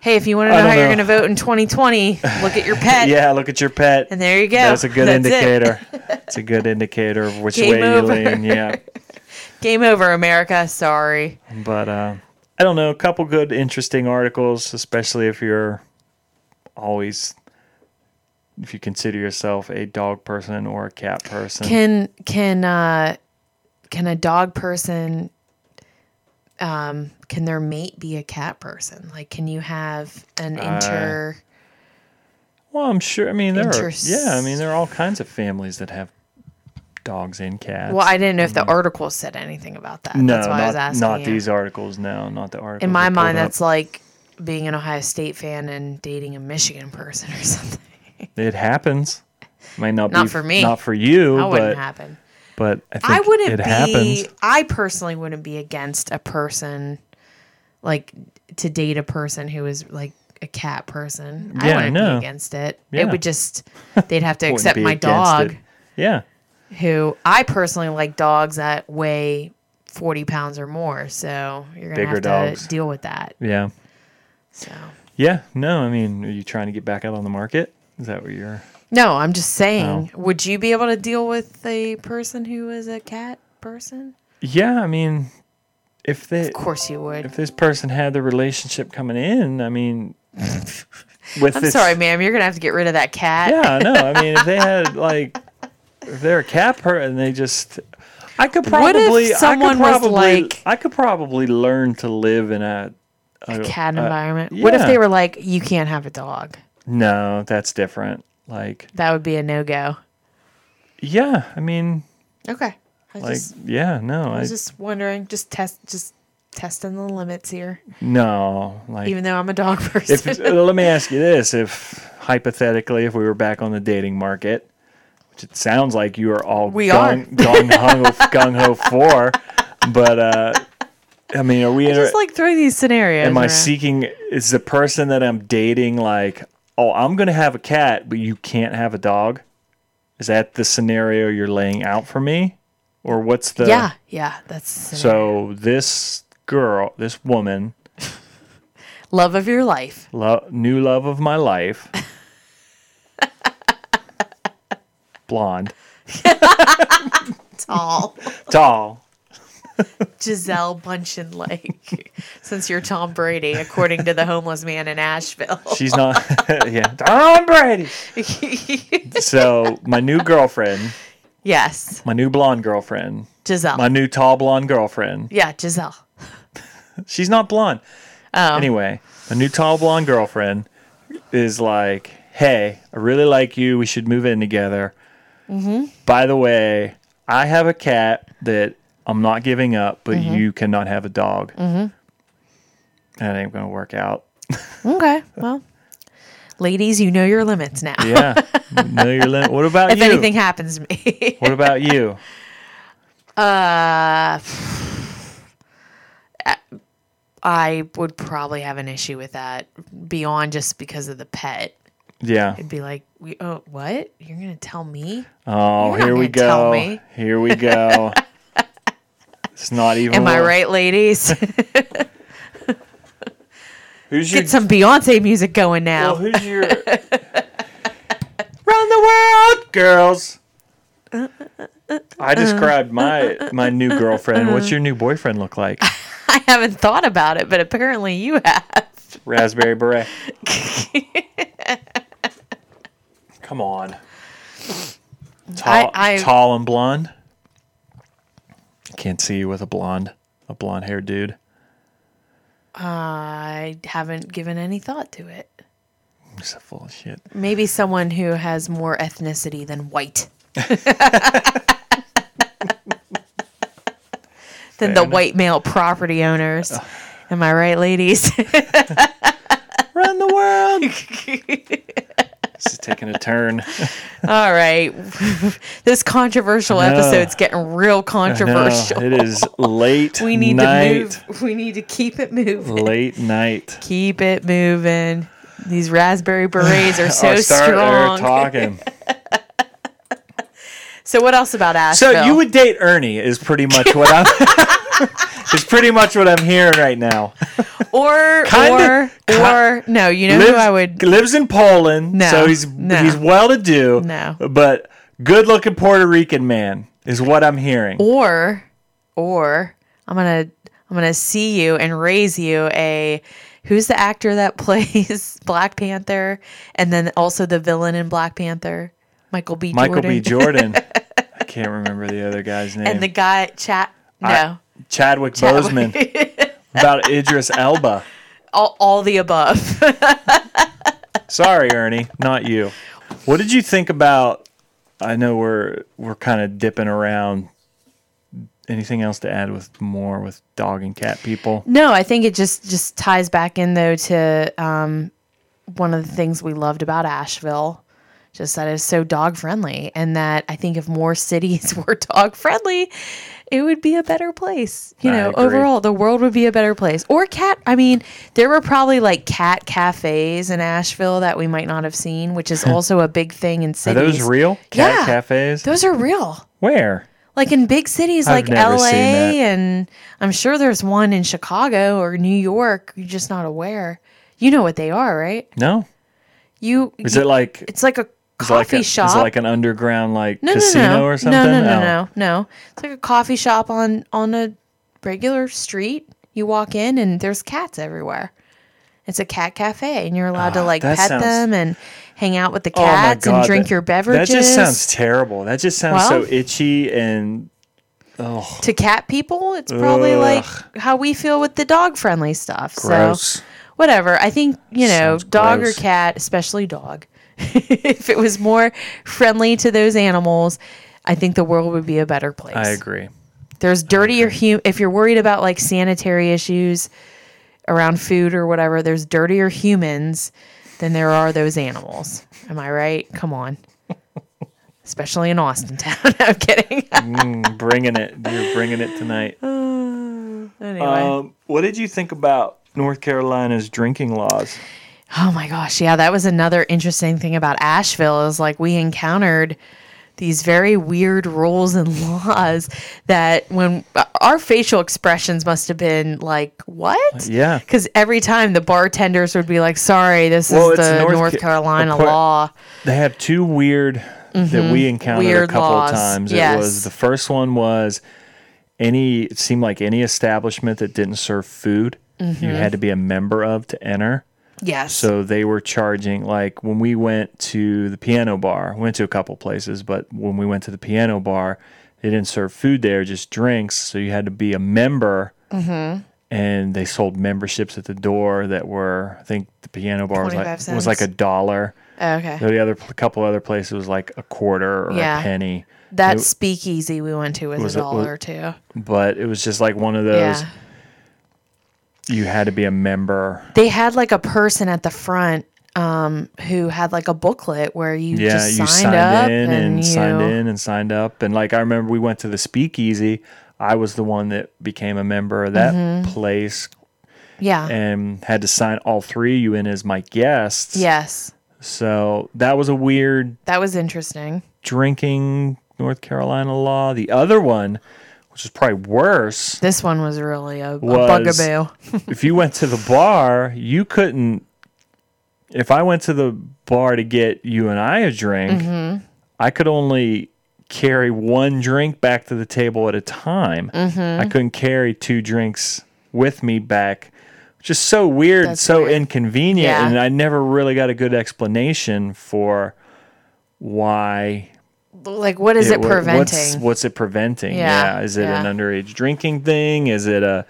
hey, if you want to I know how don't you're know. going to vote in 2020, look at your pet, yeah, look at your pet. and there you go. That's a good it. indicator. it's a good indicator of which Game way over. you lean. Yeah. Game over, America. Sorry. but uh, I don't know. A couple good, interesting articles, especially if you're always, if you consider yourself a dog person or a cat person. Can can uh, can a dog person um, can their mate be a cat person? Like, can you have an Uh, inter? well, I'm sure. I mean, there are. Interest- Yeah, I mean, there are all kinds of families that have dogs and cats. well, I didn't know if the article said anything about that. no, that's why not, I was asking. not you. these articles. No, not the articles. In I my pulled mind, up. that's like being an Ohio State fan and dating a Michigan person or something. it happens. Might not Not be for me. Not for you. That wouldn't but happen. but I, think I wouldn't It be. happens. I personally wouldn't be against a person like to date a person who is like a cat person. I Yeah, I wouldn't know. be against it. Yeah. It would just they'd have to Wouldn't accept be my against dog, it. Yeah. who I personally like dogs that weigh forty pounds or more. So you're gonna Bigger have to dogs. deal with that. Yeah. So Yeah, no, I mean, are you trying to get back out on the market? Is that what you're? no, I'm just saying. Would you be able to deal with a person who is a cat person? Yeah, I mean, if they Of course you would. if this person had the relationship coming in, I mean, with I'm this, sorry, ma'am. You're gonna have to get rid of that cat. yeah, no, I mean, if they had like, if they're a cat person, they just, I could What if probably, I someone could was probably, like- I could probably learn to live in a, a, cat a- environment. What if Oh, uh, yeah. they were like, you can't have a dog? no, that's different. Like, That would be a no go. yeah, I mean, Okay. I was, like, just, yeah, no, I, I was just wondering, just test, just testing the limits here. no, like, Even though I'm a dog if person, uh, let me ask you this if hypothetically if we were back on the dating market which it sounds like you are all We gung, gung-ho, gung-ho for but uh i mean are we just inter- like throw these scenarios. am i around. seeking is the person that i'm dating like oh i'm gonna have a cat but you can't have a dog is that the scenario you're laying out for me or what's the Yeah, yeah. That's so so this girl this woman love of your life. lo- new love of my life. Blonde, Tall tall. Giselle Bunchen like. Since you're Tom Brady, according to the homeless man in Asheville. She's not. yeah, Tom Brady. So my new girlfriend, yes, my new blonde girlfriend, Giselle. my new tall blonde girlfriend. yeah, Giselle. She's not blonde. Oh. Anyway, my new tall blonde girlfriend is like, "Hey, I really like you. We should move in together." Mm-hmm. By the way, I have a cat that I'm not giving up, but Mm-hmm. you cannot have a dog. That ain't gonna work out. Okay. Well, ladies, you know your limits now. Yeah. no, you're lim- What about if you? anything happens to me. What about you? Uh, I would probably have an issue with that beyond just because of the pet. Yeah. It'd be like, we, oh, what? You're gonna tell me? Oh, You're not here we gonna tell go. me. Here we go. it's not even. Am I worth- right, ladies? Who's your? Get some Beyonce music going now. well, who's your? Run the world, girls. I described my my new girlfriend. What's Uh-huh. your new boyfriend look like? I haven't thought about it, but apparently you have. Raspberry beret. Come on. Tall, I- tall and blonde. Can't see you with a blonde, a blonde haired dude. I haven't given any thought to it. You're so full of shit. Maybe someone who has more ethnicity than white. than the enough. white male property owners. Am I right, ladies? Run the world. this is taking a turn. All right. this controversial I know. episode's getting real No, controversial. it is late we need night. to move. We need to keep it moving. Late night. Keep it moving. These raspberry berets are so Our Oh, start- our strong. talking. So what else about So Asheville? you would date Ernie is pretty much what I'm. is pretty much what I'm hearing right now. or Kinda- or or no, you know lives, who I would lives in Poland, No, so he's no. he's well to do. No. but good looking Puerto Rican man is what I'm hearing. or or I'm gonna I'm gonna see you and raise you a who's the actor that plays Black Panther and then also the villain in Black Panther Michael B. Michael Jordan. B. Jordan. I can't remember the other guy's name. and the guy chat no Chadwick, Boseman. about Idris Elba. all, all the above. Sorry, Ernie, not you. What did you think about? I know we're we're kind of dipping around. Anything else to add with more with dog and cat people? No, I think it just just ties back in though to um, one of the things we loved about Asheville, just that it's so dog friendly, and that I think if more cities were dog friendly, it would be a better place. You I know, agree. overall, the world would be a better place. Or cat. I mean, there were probably like cat cafes in Asheville that we might not have seen, which is also a big thing in Are cities. those real cat Yeah. cafes? Those are real Where? like in big cities I've like never LA seen that. and I'm sure there's one in Chicago or New York. You're just not aware. You know what they are, right? No. You Is it like it's like a is it like coffee a, shop. Is it like an underground like no, casino no, no. or something? No, no, no, Oh. no, no. It's like a coffee shop on on a regular street. You walk in and there's cats everywhere. It's a cat cafe and you're allowed to Ah, like that pet sounds- them and hang out with the Oh my cats and God, drink that- your beverages. That just sounds terrible. That just sounds Well- so itchy and oh to cat people, it's probably like how we feel with the dog friendly stuff. Gross. So whatever. I think, you know, Sounds dog gross. or cat, especially dog. if it was more friendly to those animals, I think the world would be a better place. I agree. There's dirtier hum if you're worried about like sanitary issues around food or whatever, there's dirtier humans than there are those animals. Am I right? Come on. Especially in Austin town. I'm kidding. Mm, bringing it. You're bringing it tonight. anyway. Um, what did you think about North Carolina's drinking laws? Oh my gosh, yeah, that was another interesting thing about Asheville is like we encountered these very weird rules and laws that when uh, our facial expressions must have been like what? Uh, Yeah. Because every time the bartenders would be like, "Sorry, this Well, is it's the North North, Ca- Carolina the part- law." They have two weird that we encountered a Mm-hmm. Weird couple laws, times. It yes. was the first one was any it seemed like any establishment that didn't serve food Mm-hmm. you had to be a member of to enter. Yes. So they were charging like when we went to the piano bar, went to a couple places, but when we went to the piano bar, they didn't serve food there, just drinks. So you had to be a member. Mm-hmm. And they sold memberships at the door that were, I think the piano bar was like 25 was like a cents. dollar. okay. The other a couple other places was like a quarter or Yeah. a penny, that speakeasy we went to was, was it- a dollar too. but it was just like one of those. Yeah. You had to be a member. They had like a person at the front um, who had like a booklet where you Yeah, just you signed, signed up in and, you signed in and signed up. And like I remember, we Mm-hmm. went to the Speakeasy. I was the one that became a member of that place. Yeah. and had to sign all three of you in as my guests. yes. So that was a weird That was interesting. drinking North Carolina law. The other one, which is probably worse, This one was really a, a Was- bugaboo. if you went to the bar, you couldn't. If I went to the bar to get you and I a drink, Mm-hmm. I could only carry one drink back to the table at a time. Mm-hmm. I couldn't carry two drinks with me back. Just so weird, That's so weird. inconvenient, Yeah. and I never really got a good explanation for why Like, what is it, wa- What's, preventing? what's it preventing? Yeah. Yeah, Is it yeah. an underage drinking thing? Is it a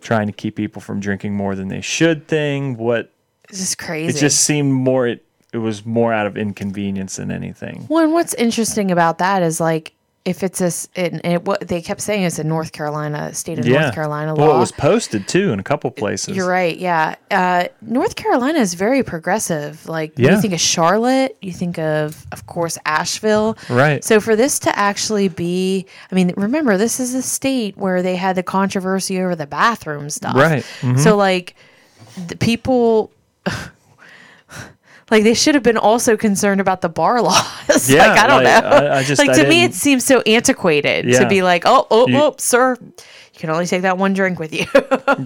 trying to keep people from drinking more than they should thing? What? It's just It crazy. just seemed more. It, it was more out of inconvenience than anything. Well, and what's interesting about that is like if it's a s- it, it, what they kept saying it's a North Carolina state of yeah. North Carolina law. Well, it was posted too in a couple places. You're right. Yeah, uh, North Carolina is very progressive. Like when Yeah. you think of Charlotte, you think of of course Asheville. Right. So for this to actually be, I mean, remember this is a state where they had the controversy over the bathroom stuff. Right. Mm-hmm. So like the people. Like they should have been also concerned about the bar laws. Yeah, like I don't like, know. I- I just- like I to me, didn't- it seems so antiquated Yeah. to be like, oh, oh, You- oh, sir, you can only take that one drink with you.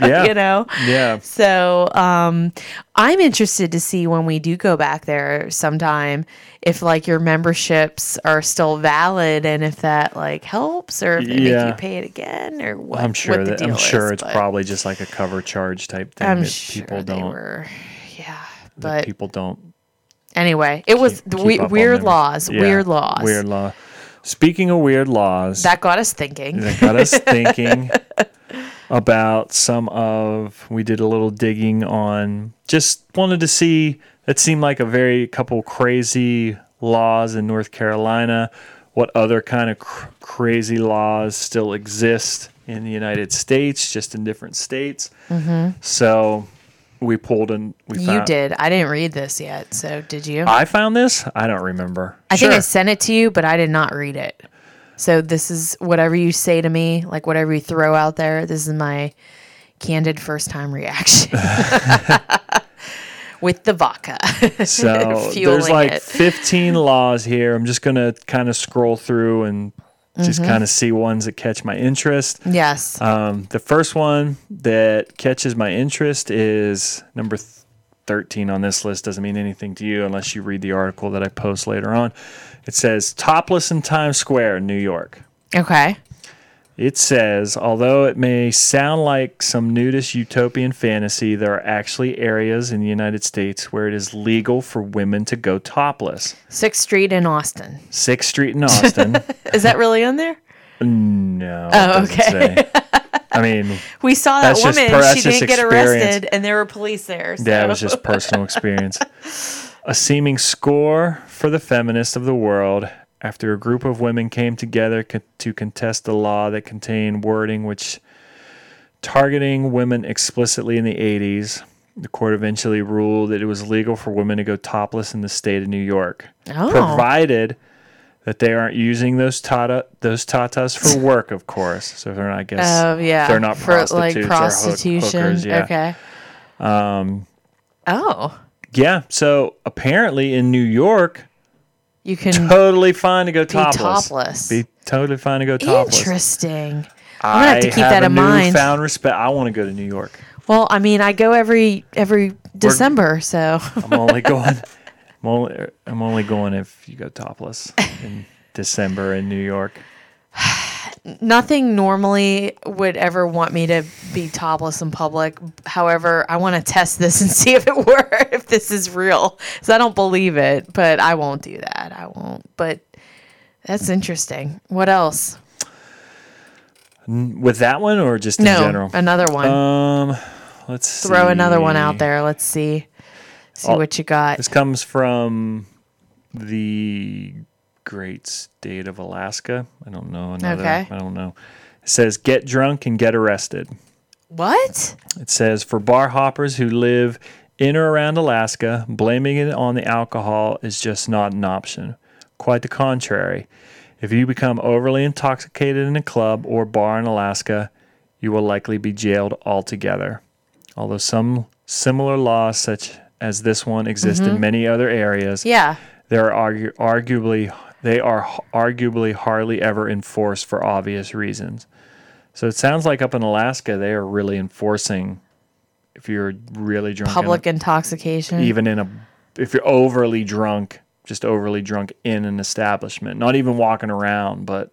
Yeah. you know. Yeah. So um, I'm interested to see when we do go back there sometime if like your memberships are still valid and if that like helps or if they Yeah. make you pay it again or what. I'm sure what the that I'm deal sure is, it's but probably just like a cover charge type thing I'm that sure people they don't were. Yeah, that but people don't anyway, it was the keep we- up on weird them. laws. Yeah, Weird laws. Weird law. Speaking of weird laws, That got us thinking. that got us thinking about some of we did a little digging on just wanted to see it seemed like a very couple crazy laws in north carolina what other kind of cr- crazy laws still exist in the united states just in different states so we pulled in we Mm-hmm. You found, did. I didn't read this yet. So did you? i found this i don't remember I think I Sure. sent it to you, but I did not read it. So this is whatever you say to me, like whatever you throw out there. This is my candid first time reaction with the vodka. So there's fueling like it. 15 laws here. I'm just going to kind of scroll through and just Mm-hmm. kind of see ones that catch my interest. yes. Um, the first one that catches my interest is number th- 13 on this list. Doesn't mean anything to you unless you read the article that I post later on. It says topless in Times Square, New York. okay. It says, although it may sound like some nudist utopian fantasy, there are actually areas in the United States where it is legal for women to go topless. Sixth Street in Austin. Sixth Street in Austin. Is that really on there? no. Oh, okay. I mean, We saw that That's just woman. per- that's she just didn't get experience. arrested, and there were police there. So. that was just personal experience. A seeming score for the feminists of the world after a group of women came together co- to contest a law that contained wording which targeting women explicitly in the 80s. The court eventually ruled that it was legal for women to go topless in the state of New York, Oh. provided that they aren't using those tata those tatas for work, of course. So if they're not, I guess Oh yeah. they're not For prostitutes like or hook- prostitution. hookers. Yeah. Okay. Um. Oh, Yeah. So apparently in New York, you can. totally fine to go topless. topless. Be totally fine to go topless. Interesting. I'm gonna have to keep that a in mind. Found respect. I want to go to New York. Well, I mean, I go every every December, so I'm only going. I'm only, I'm only going if you go topless in December in New York. nothing normally would ever want me to be topless in public. However, I want to test this and see if it were if this is real. So I don't believe it, but I won't do that. I won't. But that's interesting. What else? With that one or just in No, general? another one. Um, let's Throw another one see. out there. Let's see. See Oh, what you got. This comes from the great state of Alaska. I don't know another. Okay. I don't know. It says get drunk and get arrested. What? It says for bar hoppers who live in or around Alaska, blaming it on the alcohol is just not an option. Quite the contrary. If you become overly intoxicated in a club or bar in Alaska, you will likely be jailed altogether. Although some similar laws, such as this one, exist in many other areas, Yeah. they are argu- arguably they are h- arguably hardly ever enforced for obvious reasons. So it sounds like up in Alaska, they are really enforcing if you're really drunk, in a- Public intoxication. even in a if you're overly drunk, just overly drunk in an establishment, not even walking around, but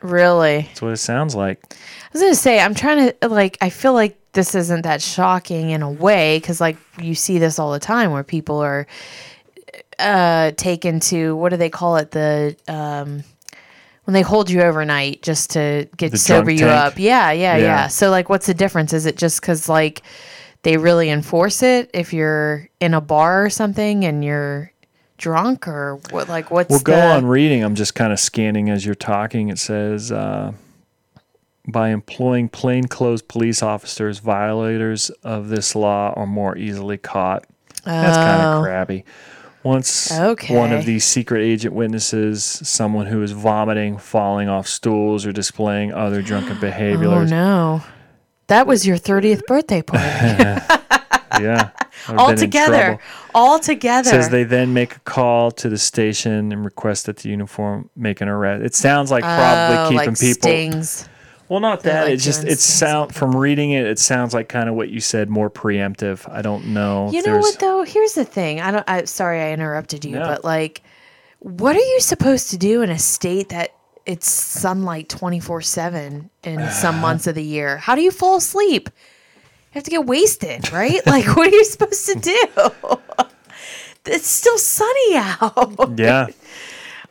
Really? that's what it sounds like. I was gonna say, I'm trying to like. I feel like this isn't that shocking in a way because like you see this all the time where people are uh taken to what do they call it the um when they hold you overnight just to get The sober drunk you tank. up. Yeah, yeah, Yeah. yeah, So like, what's the difference? Is it just because like they really enforce it if you're in a bar or something and you're drunk or what? Like, what's Well, go the- on reading. I'm just kind of scanning as you're talking. It says uh, by employing plainclothes police officers, violators of this law are more easily caught. That's kind Oh. of crabby. Once one Okay. of these secret agent witnesses, someone who is vomiting, falling off stools, or displaying other drunken Oh behaviors. no, that was your thirtieth birthday party. Yeah. I've been all in trouble. together all together says they then make a call to the station and request that the uniform make an arrest. It sounds like probably Oh, keeping like people. stings Well, not that. like it just doing it stings. sound from reading it. It sounds like kind of what you said, more preemptive. I don't know. you if know there's- what though here's the thing i don't i sorry i interrupted you No. but like what are you supposed to do in a state that it's sunlight 24-7 in some months of the year how do you fall asleep you have to get wasted right like what are you supposed to do it's still sunny out Yeah,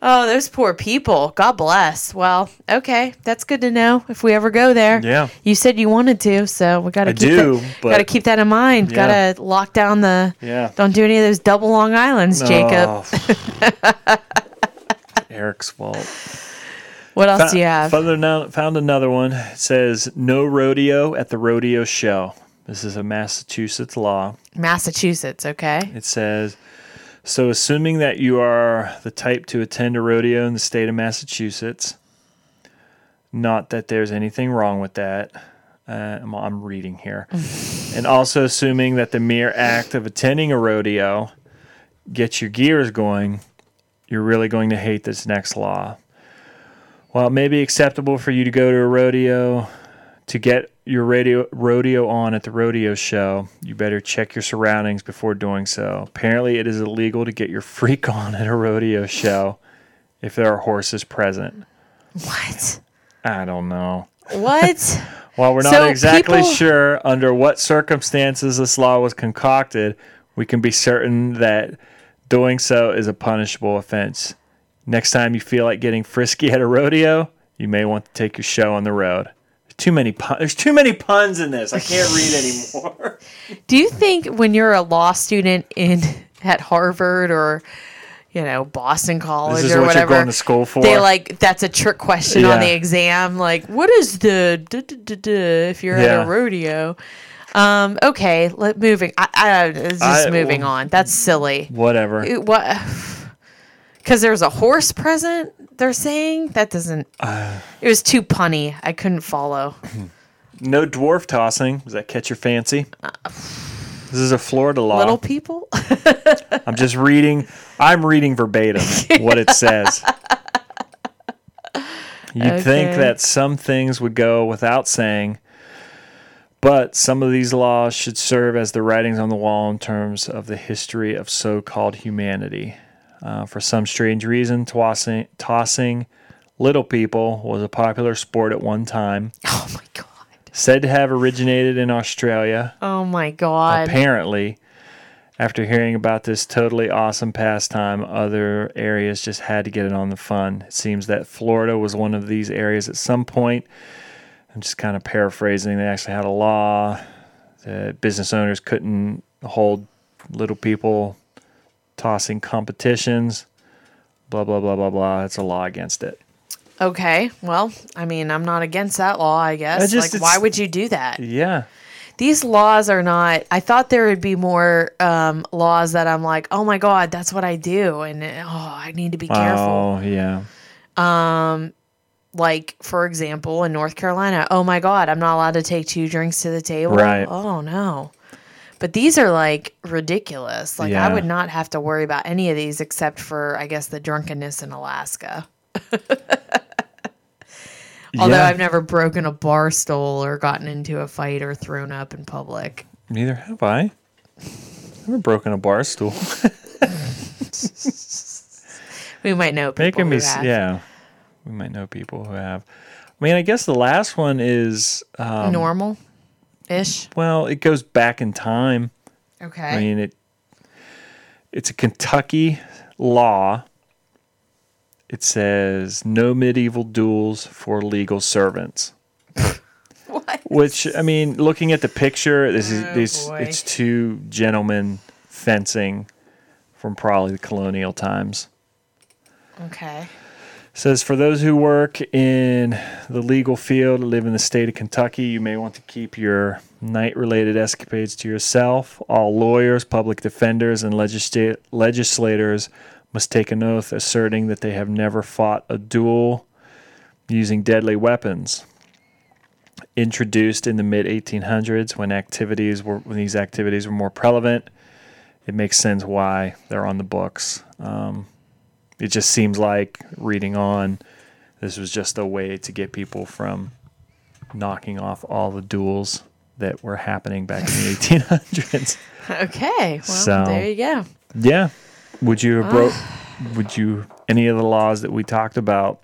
oh those poor people god bless well okay that's good to know if we ever go there yeah. You said you wanted to, so we got I to keep do, that, but- got to keep that in mind. Yeah. Got to lock down the Yeah. Don't do any of those double Long Islands, Jacob. Oh. Eric's fault. What else do you Fo- have? Found, ano- found another one. It says no rodeo at the rodeo show. This is a Massachusetts law. Massachusetts, okay. It says, so assuming that you are the type to attend a rodeo in the state of Massachusetts, not that there's anything wrong with that. Uh, I'm, I'm reading here. and also assuming that the mere act of attending a rodeo gets your gears going, you're really going to hate this next law. While it may be acceptable for you to go to a rodeo, to get your radio rodeo on at the rodeo show, you better check your surroundings before doing so. Apparently, it is illegal to get your freak on at a rodeo show if there are horses present. What? I don't know. What? While we're not So exactly people- sure under what circumstances this law was concocted, we can be certain that doing so is a punishable offense. Next time you feel like getting frisky at a rodeo, you may want to take your show on the road. Too many pun- There's too many puns in this. I can't read anymore. do you think when you're a law student in at Harvard or you know Boston College is or what you're whatever going to school for. They like that's a trick question on Yeah. the exam. Like, what is the duh, duh, duh, duh, if you're Yeah. at a rodeo? Um, okay, let moving. I, I it's just I- moving well- on. That's silly. Whatever. It- What? Because there's a horse present. They're saying that doesn't. Uh. it was too punny. I couldn't follow. No dwarf tossing. Does that catch your fancy? This is a Florida law. Uh, Little people. I'm just reading. I'm reading verbatim what it says. You'd think Okay. that some things would go without saying, but some of these laws should serve as the writings on the wall in terms of the history of so called humanity. Uh, for some strange reason, tossing, tossing little people was a popular sport at one time, oh my god. said to have originated in Australia Oh my god. apparently after hearing about this totally awesome pastime other areas just had to get it on the fun it seems that florida was one of these areas at some point i'm just kind of paraphrasing they actually had a law that business owners couldn't hold little people tossing competitions blah blah blah blah blah it's a law against it Okay. Well, I mean, I'm not against that law. I guess. I just- like, why it's- would you do that? yeah these laws are not i thought there would be more um, laws that i'm like oh my god that's what i do and oh i need to be careful oh yeah like for example in north carolina oh my god i'm not allowed to take two drinks to the table Right. oh no But these are like ridiculous. Like Yeah. I would not have to worry about any of these except for I guess the drunkenness in Alaska. Although Yeah. I've never broken a bar stool or gotten into a fight or thrown up in public. Neither have I. Never broken a bar stool. We might know people Making who me, s- have yeah. We might know people who have. I mean, I guess the last one is, uh, normal ish. well, it goes back in time. Okay. I mean, it. It's a Kentucky law. It says no medieval duels for legal servants. what? Which I mean, looking at the picture, this is Oh, this, boy. it's two gentlemen fencing from probably the colonial times. Okay. Says for those who work in the legal field, live in the state of Kentucky, you may want to keep your night related escapades to yourself. All lawyers, public defenders, and legisla- legislators must take an oath asserting that they have never fought a duel using deadly weapons. Introduced in the mid 1800s when activities were when these activities were more prevalent, it makes sense why they're on the books it just seems like reading on this was just a way to get people from knocking off all the duels that were happening back in the 1800s Okay. Well, So- there you go. yeah would you have broke would you any of the laws that we talked about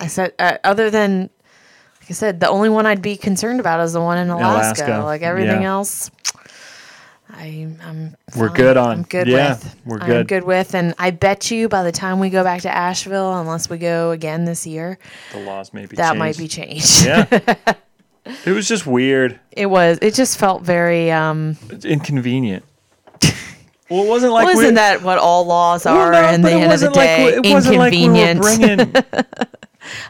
I said, uh, other than, like I said, the only one I'd be concerned about is the one in Alaska. Alaska, Like everything yeah. else, I, I'm. We're fine. good on. Oh, I'm good Yeah, with. we're I'm good. good with, and I bet you by the time we go back to Asheville, unless we go again this year, the laws maybe that might be changed. yeah it was just weird it was. It just felt very. um it's inconvenient well it wasn't like Wasn't we- that what all laws well, are? no, and but the it end of the wasn't like we- day, it wasn't like we were inconvenient. bringing-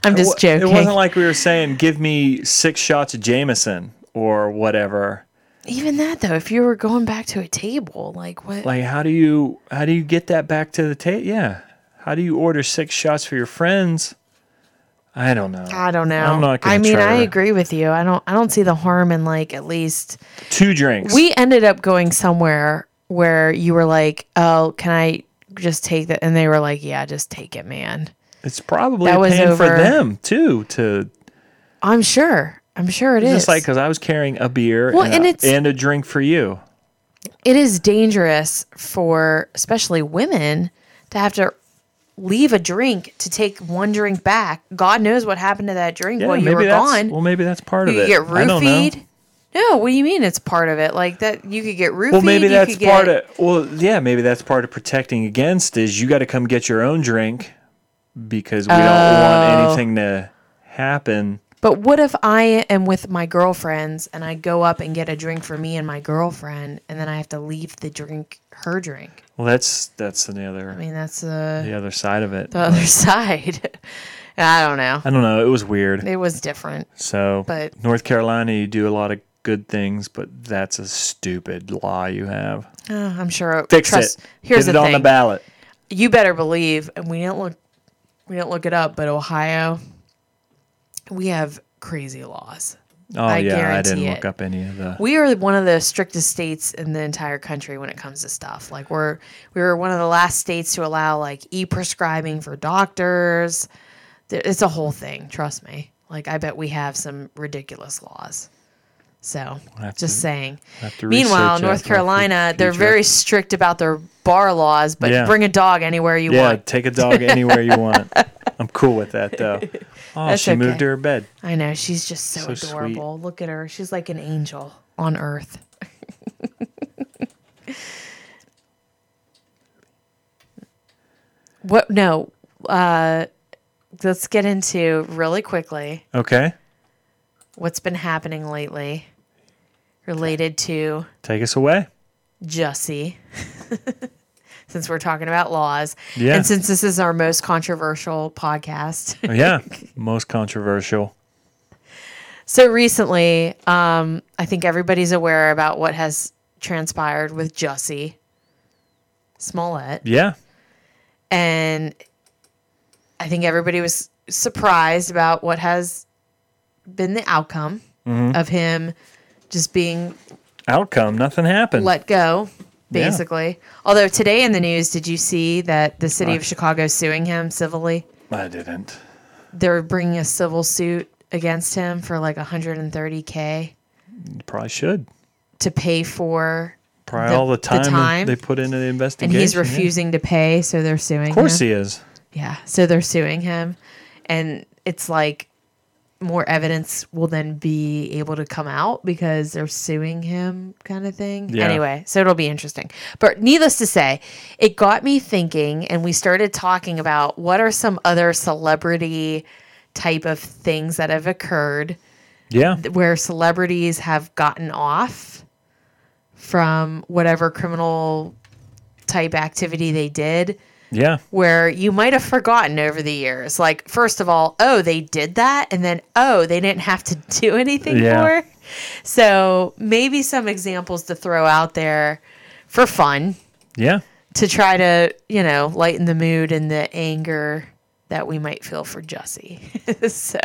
I'm just Well, joking. It wasn't like we were saying, give me six shots of Jameson or whatever. Even that though, if you were going back to a table, like what? Like, how do you how do you get that back to the table? Yeah, how do you order six shots for your friends? I don't know. I don't know. I'm not. Gonna I mean, try I to- agree with you. I don't. I don't see the harm in like at least Two drinks. we ended up going somewhere where you were like, "Oh, can I just take that?" And they were like, "Yeah, just take it, man." it's probably That a was pain for over- them too. To I'm sure. I'm sure it is. just like uh, because I was carrying a beer Well, and, and a, it's- and a drink for you. it is dangerous for especially women to have to leave a drink to take one drink back. God knows what happened to that drink Yeah, while you maybe were that's gone. well, maybe that's part of you it. could get I don't know. roofied. No, what do you mean? It's part of it. Like that, you could get roofied. Well, maybe you that's could get, part of. Well, yeah, maybe that's part of protecting against is you got to come get your own drink because we don't Oh. want anything to happen. But what if I am with my girlfriends and I go up and get a drink for me and my girlfriend, and then I have to leave the drink, her drink? Well, that's that's the I other mean, that's uh, the other side of it. the other side. I don't know. I don't know. It was weird. It was different. So, but- North Carolina, you do a lot of good things, but that's a stupid law you have. Uh, I'm sure. Fix trust, it. Here's Get the it on thing. the ballot. you better believe, and we didn't look, we didn't look it up, but Ohio, we have crazy laws. Oh I yeah, I guarantee didn't it. look up any of the. we are one of the strictest states in the entire country when it comes to stuff. Like we're we were one of the last states to allow like e-prescribing for doctors. There- It's a whole thing, trust me. Like I bet we have some ridiculous laws. So, have just to- saying. have to Meanwhile, research North after I Carolina, feed- they're feed very strict about their bar laws, but Yeah. bring a dog anywhere you yeah, want. take a dog anywhere you want. I'm cool with that though. Oh, That's she moved okay. to her bed. I know she's just so, So sweet. adorable. Look at her; she's like an angel on earth. what? No. Uh, let's get into really quickly Okay, what's been happening lately related to take us away. Jussie. since we're talking about laws, Yeah. and since this is our most controversial podcast. yeah, most controversial. So recently, um, I think everybody's aware about what has transpired with Jussie Smollett, Yeah, and I think everybody was surprised about what has been the outcome of him just being outcome. Nothing happened. let go, Yeah. basically. Although today in the news, did you see that the city of Chicago is suing him civilly? I didn't. They're bringing a civil suit against him for like 130k You probably should. to pay for, Probably The- all the the time, time. they put into the and investigation. he's yeah. refusing to pay, so they're suing. Of course him. he is. yeah. So they're suing him, and it's like more evidence will then be able to come out because they're suing him kind of thing. Yeah. Anyway, so it'll be interesting. But needless to say, it got me thinking and we started talking about what are some other celebrity type of things that have occurred Yeah. where celebrities have gotten off from whatever criminal type activity they did Yeah. where you might have forgotten over the years. Like, first of all, oh, they did that. And then, oh, they didn't have to do anything Yeah. more. So, maybe some examples to throw out there for fun Yeah. to try to, you know, lighten the mood and the anger that we might feel for Jussie. so,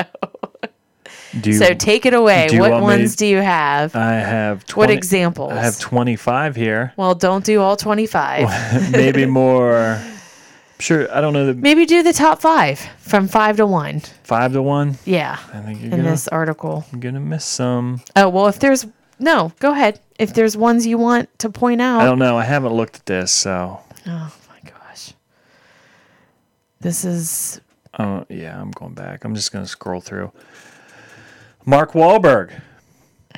Do you, so take it away. do you What want me- ones do you have? I have 20, what examples? I have 25 here. well, don't do all 25. Maybe more. Sure. I don't know the maybe do the top five from five to one. five to one. Yeah. I think you're In gonna, this article. you're gonna miss some. Oh well, if there's no, go ahead. If there's ones you want to point I out. don't know. I haven't looked at this, so Oh my gosh, this is uh, yeah, I'm going back. I'm just gonna scroll through. Mark Wahlberg.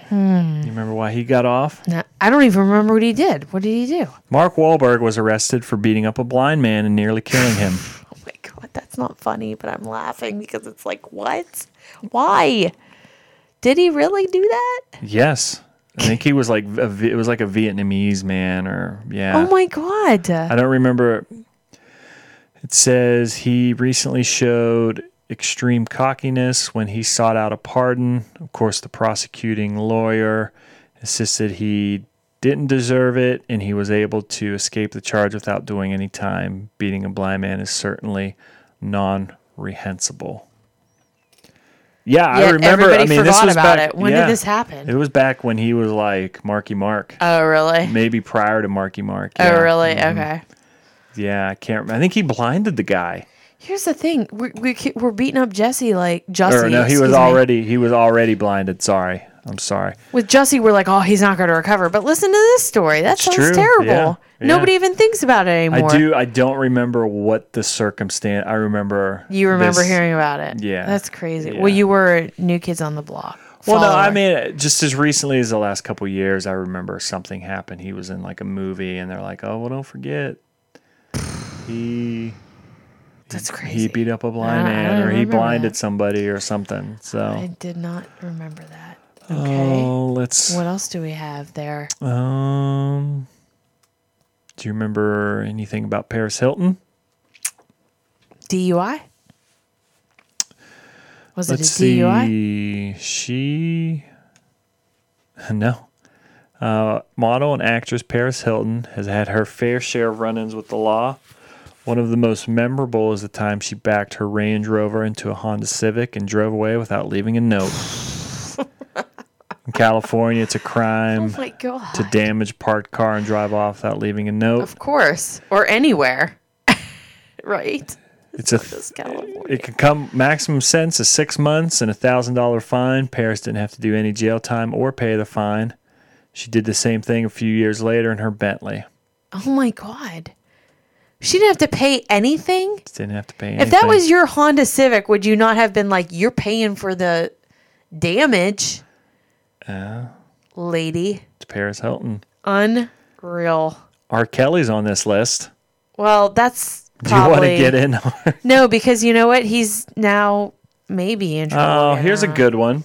You remember why he got off? no, I don't even remember what he did. What did he do? Oh, Mark Wahlberg was arrested for beating up a blind man and nearly killing him. Oh my god, that's not funny, but I'm laughing because it's like, what? Why? Did he really do that? yes, I think he was like a, Vi- it was like a Vietnamese man, or yeah. Oh my god. I don't remember. It says he recently showed extreme cockiness when he sought out a pardon. Of course, the prosecuting lawyer insisted he didn't deserve it and he was able to escape the charge without doing any time. Beating a blind man is certainly non reprehensible. Yeah, I Yet remember. everybody I mean, forgot this was about back, it. When yeah. did this happen? It was back when he was like Marky Mark, oh really? maybe prior to Marky Mark. Oh yeah. Mm-hmm. really? Okay. Yeah, I can't remember. I think he blinded the guy. Here's the thing: we're we're, ki- we're beating up Jesse like Jussie. Or no, he Oh, excuse was me. already he was already blinded. Sorry. I'm sorry. with Jussie, we're like, oh, he's not going to recover. But listen to this story. That sounds true. terrible. Yeah. Yeah. Nobody even thinks about it I anymore. do I don't remember what the circumstance I remember You remember this- hearing about it? Yeah. that's crazy. Yeah. Well, you were a New Kids on the Block. Well, no, I follower. mean just as recently as the last couple of years I remember something happened. He was in like a movie and they're like, "Oh, well don't forget he that's crazy. he beat up a blind I- I man don't or he remember blinded that. somebody or something." I So did not remember that. Okay, Oh, let's what else do we have there? um Do you remember anything about Paris Hilton? DUI. Was Let's it a DUI? see. She. No. Uh, model and actress Paris Hilton has had her fair share of run ins with the law. One of the most memorable is the time she backed her Range Rover into a Honda Civic and drove away without leaving a note. In California, it's a crime Oh my god! um, to damage a parked car and drive off without leaving a note. of course, or anywhere, right? It's a Just California. It could come maximum sentence is six months and a thousand dollar fine. Paris didn't have to do any jail time or pay the fine. She did the same thing a few years later in her Bentley. Oh my god! She didn't have to pay anything. Didn't have to pay anything. If that was your Honda Civic, would you not have been like, you're paying for the damage? Uh. Lady. It's Paris Hilton, Unreal. R. Kelly's on this list. Well, that's Do you want probably. to get in? No, because you know what? He's now maybe in trouble. oh, you here's a know. good one.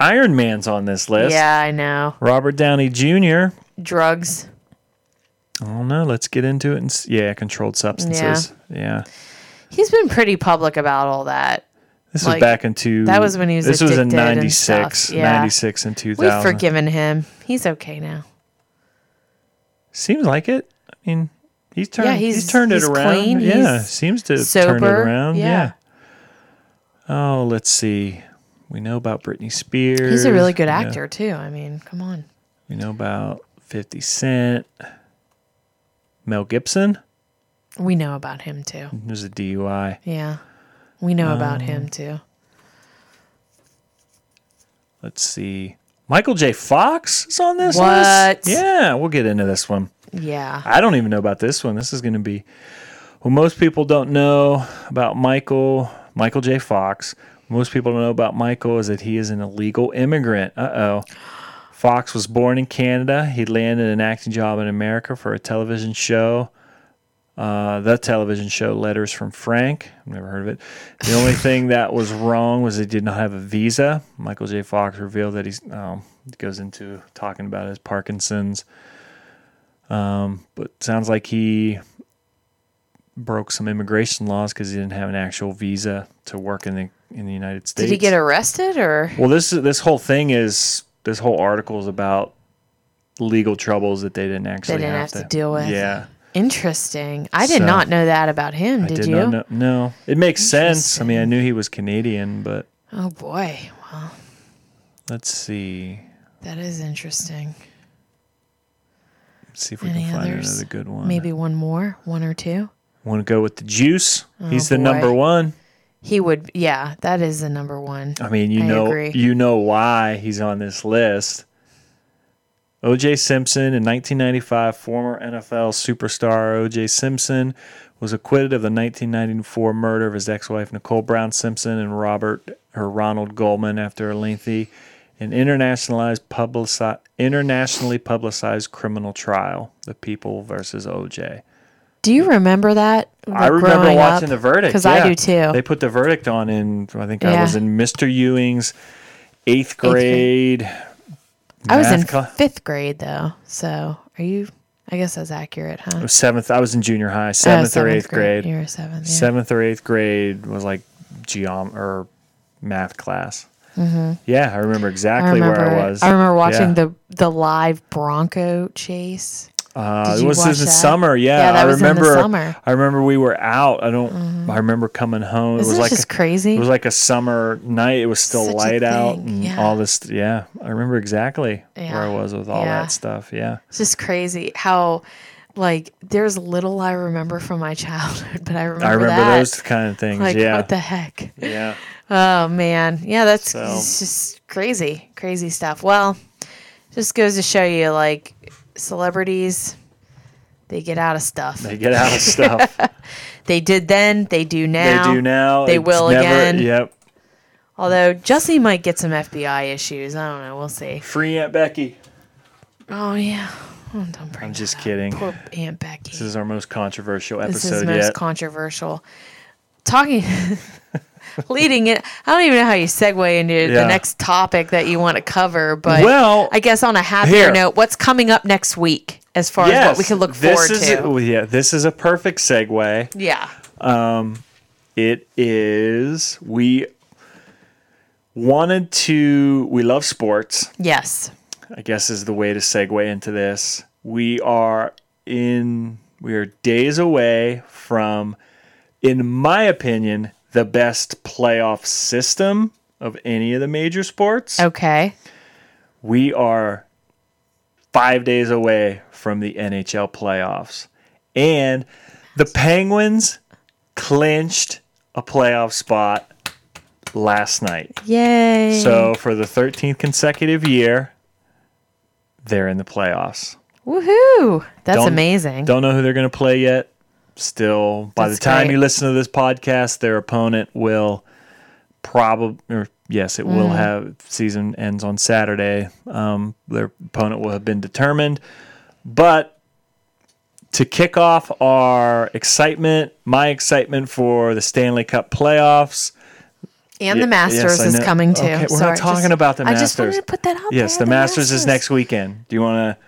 Iron Man's on this list. Yeah, I know. Robert Downey Jr. Drugs. I don't know. Let's get into it. And s- yeah, controlled substances. Yeah. He's been pretty public about all that. This Like, was back in two. that was when he was This was in addicted and stuff. 96, Yeah. 96 and 2000. We've forgiven him. He's okay now. Seems like it. I mean, he's turned. Yeah, he's, he's- turned he's it around. clean, yeah, he's seems to have sober, turned it around. yeah. Yeah. Oh, let's see. We know about Britney Spears. He's a really good we know- actor, too. I mean, come on. We know about 50 Cent. Mel Gibson. We know about him too. There's a DUI. Yeah. We know about Um, him too. Let's see. Michael J. Fox is on this What? list. Yeah, we'll get into this one. Yeah. I don't even know about this one. This is going to be well. Most people don't know about Michael Michael J. Fox. Most people don't know about Michael is that he is an illegal immigrant. Uh oh. Fox was born in Canada. He landed an acting job in America for a television show. Uh, the television show Letters from Frank. I've never heard of it. The only thing that was wrong was he did not have a visa. Michael J. Fox revealed that he's um, goes into talking about his Parkinson's Um, but sounds like he broke some immigration laws because he didn't have an actual visa to work in the in the United States. Did he get arrested or Well, this is- this whole thing is this whole article is about legal troubles that they didn't actually didn't have to deal with. Yeah, interesting? I did So- not know that about him. I Did, did you? not know. No, it makes sense. I mean, I knew he was Canadian, but Oh boy. Well, let's see that is interesting. let's see if we Any can find others? another good one. Maybe one more, one or two. want to go with the juice. He's the Oh, boy. number one. He would. Yeah, that is the number one. I mean, you I know, agree. you know why he's on this list. O.J. Simpson in 1995, former NFL superstar O.J. Simpson was acquitted of the 1994 murder of his ex-wife Nicole Brown Simpson and Robert or Ronald Goldman after a lengthy and internationalized publici- internationally publicized criminal trial, the People versus O.J. Do you remember that? I remember watching the verdict because yeah. I do too. They put the verdict on in I think I Yeah. was in Mr. Ewing's eighth grade. grade. I was in math cla- fifth grade though. So are you? I guess that's accurate, huh? Oh, seventh. I was in junior high, seventh, or seventh eighth grade. You were seventh. Yeah. Seventh or eighth grade was like geom or math class. Yeah, I remember Mm-hmm. I exactly remember. where it. I was. I remember watching Yeah. the the live Bronco chase. Uh, Did it you was watch in the that? summer. Yeah, Yeah, that I was in the remember. summer. Mm-hmm. I remember we were out. I don't. I remember coming home. Isn't it was it like just crazy? It was like a summer night. It was still Such a light out thing, and yeah. all this. Yeah, I remember exactly where I Yeah, was with all yeah. that stuff. Yeah, It's just crazy how like there's little I remember from my childhood, but I remember, I remember that. those kind of things. Like yeah, what the heck? yeah. Oh man, yeah, that's So- it's just crazy, crazy stuff. Well, just goes to show you, like celebrities, they get out of stuff. They They, get out of stuff. did then, they do they now. do now. They It's will again. Yep. Although Jesse might get some FBI issues. I don't know. We'll see. Free Aunt Becky. Oh yeah, oh, don't bring. I'm that just up. kidding. Poor Aunt Becky. This is our most controversial episode This is most yet. controversial. Talking, leading it. I don't even know how you segue into Yeah. the next topic that you want to cover, but Well, I guess on a happier here. note, what's coming up next week as far as what we can look this forward is to? A, oh, yeah, this is a perfect segue. yeah, It is we wanted to. We love sports. yes, I guess is the way to segue into this. We are in we are days away from in my opinion the best playoff system of any of the major sports. Oh. okay, We are 5 days away from the NHL playoffs. And the Penguins clinched a playoff spot last night. yay! So for the 13th consecutive year, they're in the playoffs. woohoo! That's Don't- amazing. Don't know who they're going to play yet. Still, by That's the time great. you listen to this podcast, their opponent will probably, or yes, it Mm. will have season ends on Saturday. Um, their opponent will have been determined. But to kick off our excitement, my excitement for the Stanley Cup playoffs. and Yeah, the Masters yes, I is know. coming too. Okay, we're not Sorry, talking just- about the I just wanted Masters. to put that out Yes, the there, Masters, is next weekend. Do you want to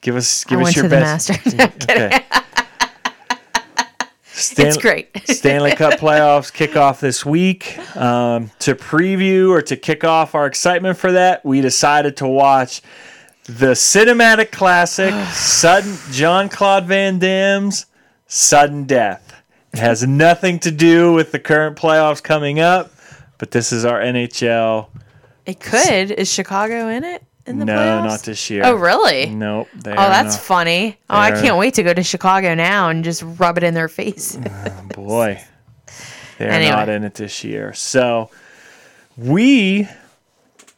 give us give I us went your to the best? Masters. Okay. Stan- It's great. Stanley Cup playoffs kick off this week. Um, to preview or to kick off our excitement for that, we decided to watch the cinematic classic sudden John Claude Van Damme's sudden death. It has nothing to do with the current playoffs coming up, but this is our NHL. it could. Is Chicago in it? in the No, playoffs? not this year. Oh, really? Nope. They Oh, that's funny. Oh, I They're- can't wait to go to Chicago now and just rub it in their face. boy. They're Anyway. not in it this year. So we,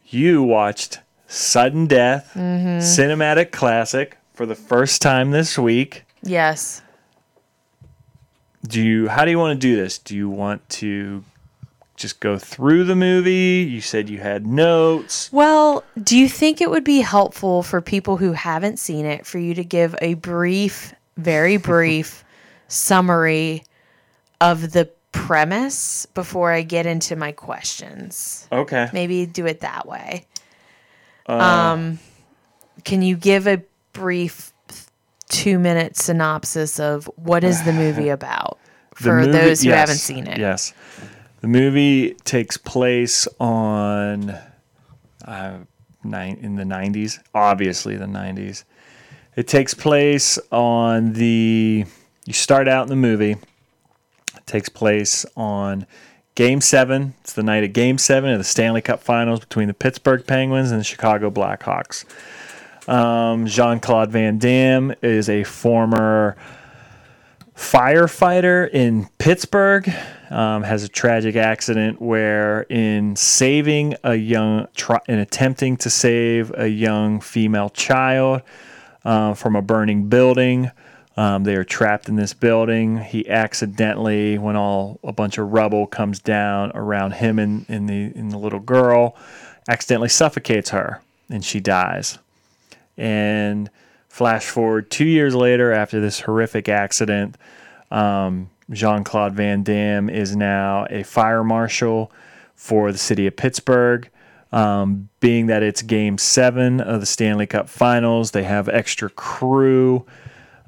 you watched Sudden Death Cinematic Classic for the first time this week. yes. Do you? How do you want to do this? Do you want to just go through the movie? You said you had notes. Well, do you think it would be helpful for people who haven't seen it for you to give a brief, very brief summary of the premise before I get into my questions? Okay. Maybe do it that way. Uh, um, can you give a brief two minute synopsis of what is the movie about The for movie- those who yes, haven't seen it? Yes. The movie takes place on uh, nine, in the 90s, obviously the 90s. It takes place on the you start out in the movie. It takes place on Game 7. It's the night of Game 7 of the Stanley Cup Finals between the Pittsburgh Penguins and the Chicago Blackhawks. Um, Jean-Claude Van Damme is a former firefighter in Pittsburgh um, has a tragic accident where, in saving a young, try, in attempting to save a young female child uh, from a burning building, um, they are trapped in this building. He accidentally, when all a bunch of rubble comes down around him and, and the and the little girl, accidentally suffocates her, and she dies. And flash forward two years later, after this horrific accident, um, Jean Claude Van Damme is now a fire marshal for the city of Pittsburgh. Um, being that it's game seven of the Stanley Cup finals, they have extra crew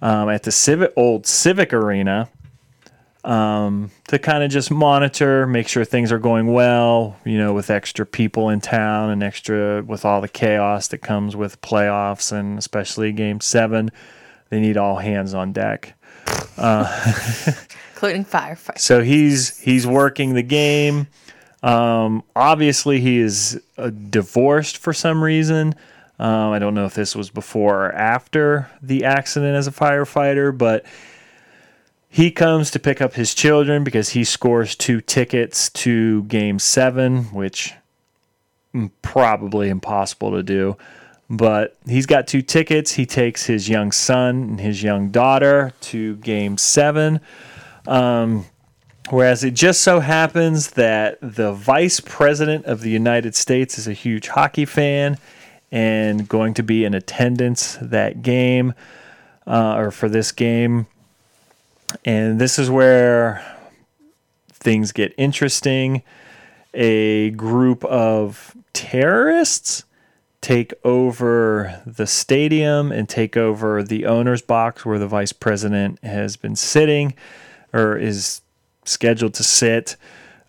um, at the civic, old Civic Arena um, to kind of just monitor, make sure things are going well, you know, with extra people in town and extra with all the chaos that comes with playoffs and especially game seven. They need all hands on deck. Including firefighters. So he's he's working the game. Um, obviously, he is uh, divorced for some reason. Um, I don't know if this was before or after the accident as a firefighter, but he comes to pick up his children because he scores two tickets to Game Seven, which mm, probably impossible to do. But he's got two tickets. He takes his young son and his young daughter to Game Seven. Whereas it just so happens that the vice president of the United States is a huge hockey fan and going to be in attendance that game uh, or for this game. And this is where things get interesting. A group of terrorists take over the stadium and take over the owner's box where the vice president has been sitting or is scheduled to sit.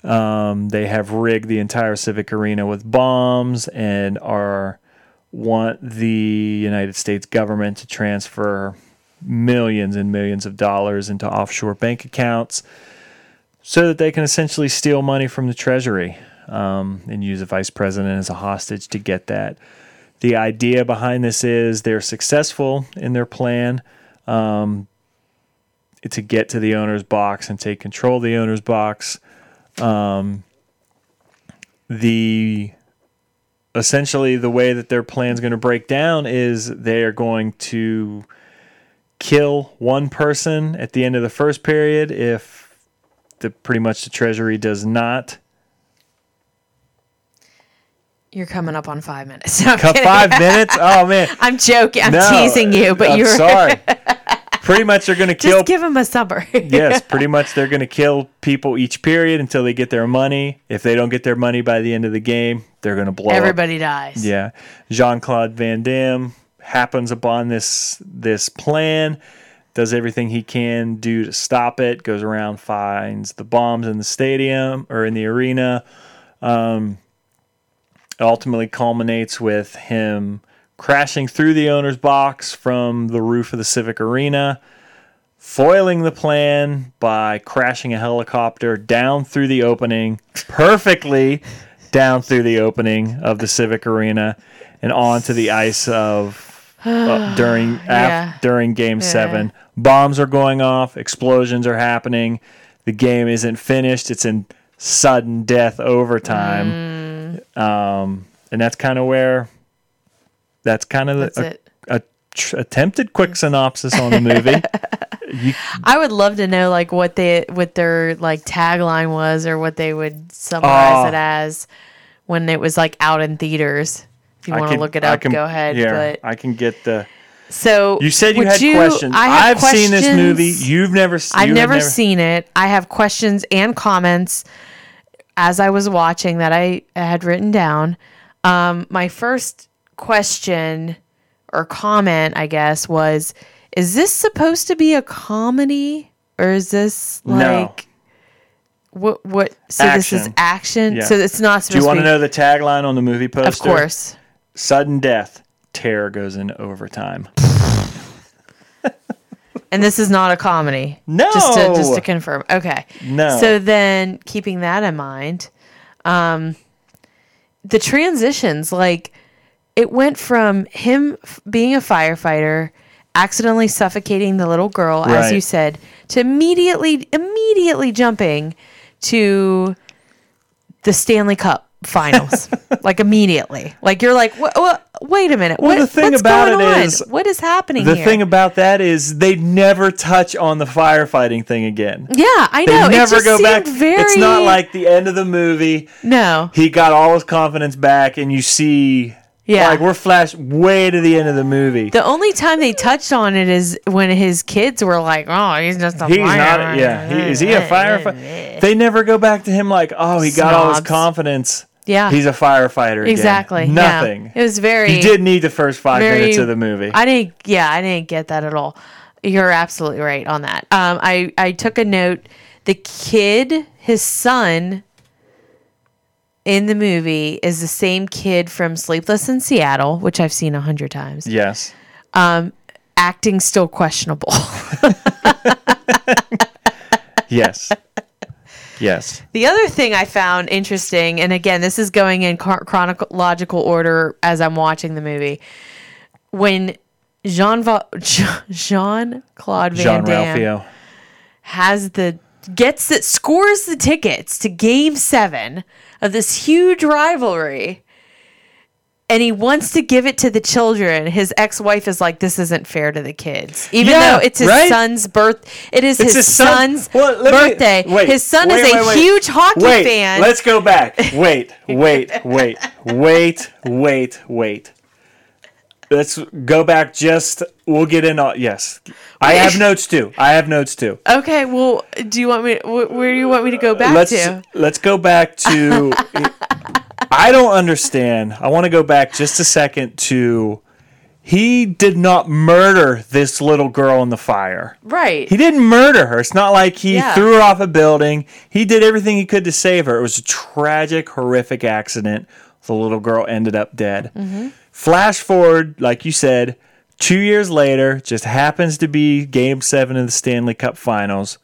Um, they have rigged the entire Civic Arena with bombs and are want the United States government to transfer millions and millions of dollars into offshore bank accounts so that they can essentially steal money from the treasury um, and use the vice president as a hostage to get that. The idea behind this is they're successful in their plan um, to get to the owner's box and take control of the owner's box. Um, the essentially the way that their plan's going to break down is they are going to kill one person at the end of the first period if the pretty much the treasury does not You're coming up on five minutes. I'm cut kidding. five minutes. Oh man, I'm joking. I'm No, teasing you, but I'm you're sorry. pretty much they're going to just kill give him a summary. yes, pretty much they're going to kill people each period until they get their money. If they don't get their money by the end of the game, they're going to blow up. Everybody dies. Yeah. Jean-Claude Van Damme happens upon this this plan, does everything he can do to stop it, goes around finds the bombs in the stadium or in the arena. Um ultimately culminates with him crashing through the owner's box from the roof of the Civic Arena. Foiling the plan by crashing a helicopter down through the opening perfectly down through the opening of the Civic Arena and onto the ice of uh, during af- Yeah. during Game Seven. Bombs are going off, explosions are happening. The game isn't finished; it's in sudden death overtime, Mm. um, and that's kind of where that's kind of That's the, it. a, a tr- attempted quick synopsis on the movie. I would love to know like what they what their like tagline was or what they would summarize Ah. it as when it was like out in theaters. If you want to can- look it I up, can- go ahead. Yeah, but I can get the. so You said you would had questions. I have I've seen this movie. questions. You've never. s- I've you have never, seen it. I have questions and comments as I was watching that I had written down. Um, my first question or comment, I guess, was Is this supposed to be a comedy? Or is this No. like. What? What? So this is Action. action? Yeah. So it's not Do supposed you want to to be. know the tagline on the movie poster? of course. Sudden death. Terror goes in overtime. And this is not a comedy. No. Just to just to confirm. Okay. No. So then keeping that in mind, um the transitions like it went from him f- being a firefighter accidentally suffocating the little girl as Right. you said to immediately immediately jumping to the Stanley Cup finals like immediately like you're like what, wait a minute what, the thing what's about going it on? is- what is happening the here? thing about that is they never touch on the firefighting thing again. Yeah, I They know. it never just go seemed back. Very... It's not like the end of the movie. no. He got all his confidence back, and you see, Yeah. like we're flashed way to the end of the movie. The only time they touched on it is when his kids were like, "Oh, he's just a He's liar." not. Yeah, he, is he a firefighter? They never go back to him like, oh, he got all his Snobs. confidence. Yeah. he's a firefighter. again." Exactly. yeah. Nothing. It was very. You did need the first five very- minutes of the movie. I didn't. Yeah, I didn't get that at all. You're absolutely right on that. Um, I I took a note. The kid, his son, in the movie is the same kid from Sleepless in Seattle, which I've seen a hundred times. yes. Acting still questionable. Yes. yes. The other thing I found interesting, and again, this is going in chron- chronological order as I'm watching the movie, when Jean Va- Jean Claude Van John Damme Ralphio. has the gets that scores the tickets to Game Seven of this huge rivalry, and he wants to give it to the children. His ex-wife is like, "This isn't fair to the kids," even Yeah, though it's his right? son's birth. It is his, his son- son's Well, let me- birthday. wait, his son wait, is a wait, wait. huge hockey Wait, fan. let's go back. Wait, wait, wait, wait, wait, wait. Let's go back. Just we'll get in. All, yes, I have notes too. I have notes too. Okay, well, do you want me? Wh- where do you want me to go back let's to? let's go back to. I don't understand. I want to go back just a second to. He did not murder this little girl in the fire. Right. He didn't murder her. It's not like he Yeah. threw her off a building. He did everything he could to save her. It was a tragic, horrific accident. The little girl ended up dead. Mm-hmm. Flash forward, like you said, two years later, just happens to be game seven of the Stanley Cup finals.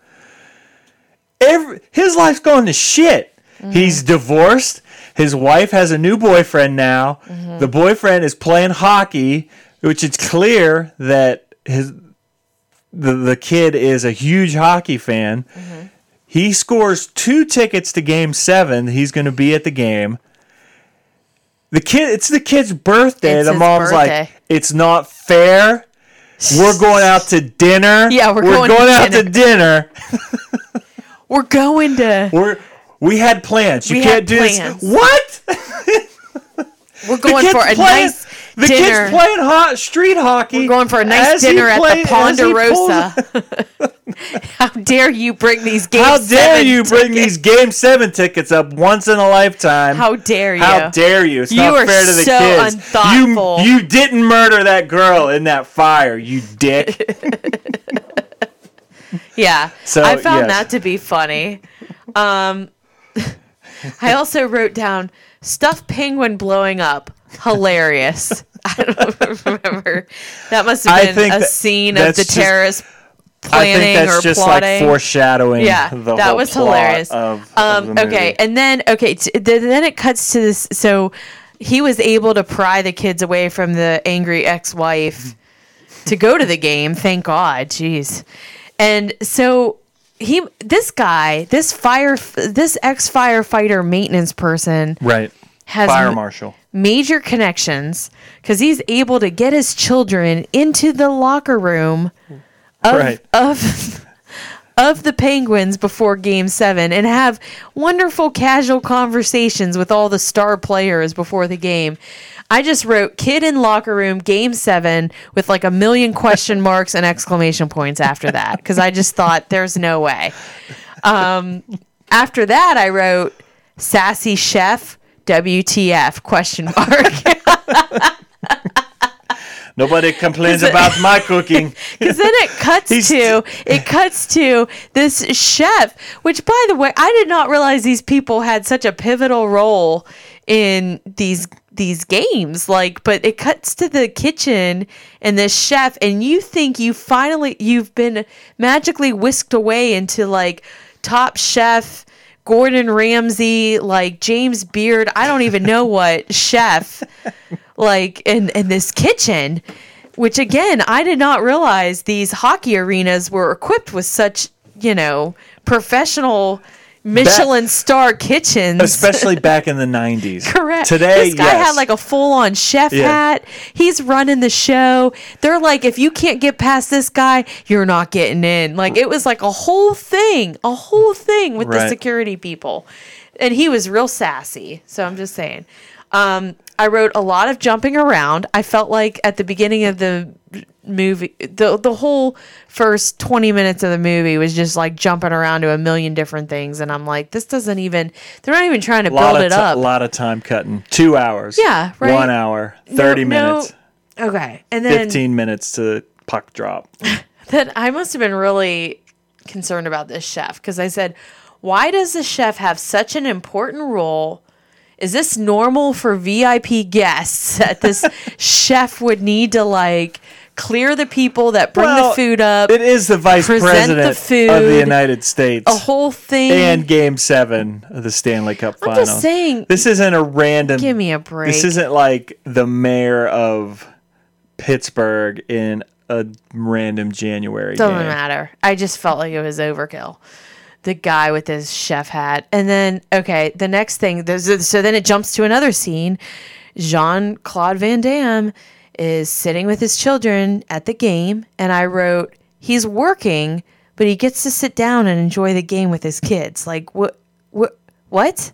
Every, his life's gone to shit. Mm-hmm. He's divorced. His wife has a new boyfriend now. Mm-hmm. The boyfriend is playing hockey, which it's clear that his the, the kid is a huge hockey fan. Mm-hmm. He scores two tickets to game seven. He's going to be at the game. The kid, it's the kid's birthday. It's the his mom's birthday. like, it's not fair. We're going out to dinner. Yeah, we're going to out to dinner. We're going to. We're we had plans. You We can't had do plans. this. What? We're going for a nice the kid's dinner. playing hot street hockey. We're going for a nice As he dinner at play- the as he pulls- Ponderosa. How dare you bring these games? How dare you bring these game seven tickets up once in a lifetime? How dare you? How dare you? It's You not are fair to the so kids. unthoughtful. You you didn't murder that girl in that fire, you dick. Yeah. So, I yes. found that to be funny. Um, I also wrote down stuffed penguin blowing up. Hilarious. I don't remember. That must have I been think a that- scene of that's the just- terrorist I planning think that's or just plotting. like foreshadowing. yeah, the that whole was plot hilarious. Of, of um, the movie. okay, and then okay, t- th- then it cuts to this. So he was able to pry the kids away from the angry ex-wife to go to the game. Thank God, jeez. And so he, this guy, this fire, this ex-firefighter maintenance person right? has Fire m- marshal. major connections because he's able to get his children into the locker room of Right. of of the Penguins before Game Seven and have wonderful casual conversations with all the star players before the game. I just wrote "kid in locker room Game Seven with like a million question marks and exclamation points after that because I just thought there's no way. After that, I wrote sassy chef. WTF question mark Nobody complains about my cooking. Because then it cuts He's- to it cuts to this chef, which by the way, I did not realize these people had such a pivotal role in these these games. Like, but it cuts to the kitchen and this chef, and you think you finally you've been magically whisked away into like top chef. Gordon Ramsay, like James Beard, I don't even know what chef like in in this kitchen which again i did not realize these hockey arenas were equipped with such you know professional michelin star kitchens Especially back in the 90s. Correct. Today, this guy yes. had like a full-on chef Yeah. hat. He's running the show. They're like, if you can't get past this guy, you're not getting in. Like it was like a whole thing, a whole thing with the Right. security people, and he was real sassy. So I'm just saying. Um, I wrote a lot of jumping around. I felt like at the beginning of the movie, the the whole first 20 minutes of the movie was just like jumping around to a million different things, and I'm like, this doesn't even. They're not even trying to build lot of it ti- up. lot of time cutting. Two hours. Yeah, right. One hour. 30 No- no- minutes. Okay. And Uh, then, 15 minutes to puck drop. then I must have been really concerned about this chef because I said, why does the chef have such an important role? Is this normal for VIP guests that this chef would need to like clear the people that bring Well, the food up? It is the vice Present the president of the food. Oh, United States. a whole thing. and Game Seven of the Stanley Cup I'm Final. just saying, this isn't a random. give me a break. This isn't like the mayor of Pittsburgh in a random January Doesn't game. matter. I just felt like it was overkill. The guy with his chef hat. And then, okay, the next thing, there's- so then it jumps to another scene. Jean Claude Van Damme is sitting with his children at the game. And I wrote, he's working, but he gets to sit down and enjoy the game with his kids. Like, what? What? What?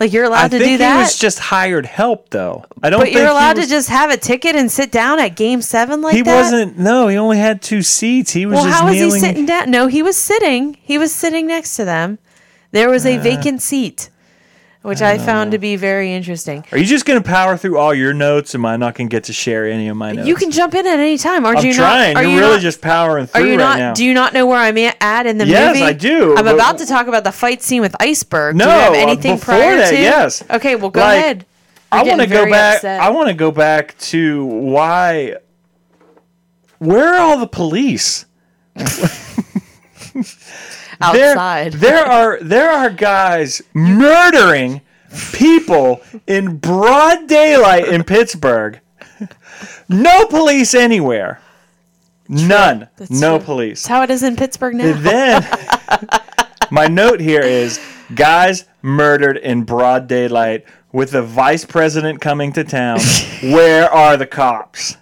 Like, you're allowed I to think do that? he was just hired help, though. I don't. but think you're he allowed was- to just have a ticket and sit down at game seven like He that? wasn't. No, he only had two seats. He was Well, just how was kneeling. he sitting down? No, he was sitting. He was sitting next to them. There was Uh, a vacant seat, which I, found to be very interesting. Are you just going to power through all your notes? Am I not going to get to share any of my notes? You can jump in at any time. Aren't I'm you trying. not? Are you're you really not, just powering Are through you right not? now. Do you not know where I'm at, at in the Yes, movie? I do, I'm but- about to talk about the fight scene with Iceberg. do No, you have uh, anything before prior that, to? yes. Okay, well go Like, ahead. I You're want to getting go very back. upset. I want to go back to why. Where are all the police? There, outside. there are there are guys murdering people in broad daylight in Pittsburgh. No police anywhere. None. no true. police. That's how it is in Pittsburgh now. And then my note here is guys murdered in broad daylight with the vice president coming to town. Where are the cops?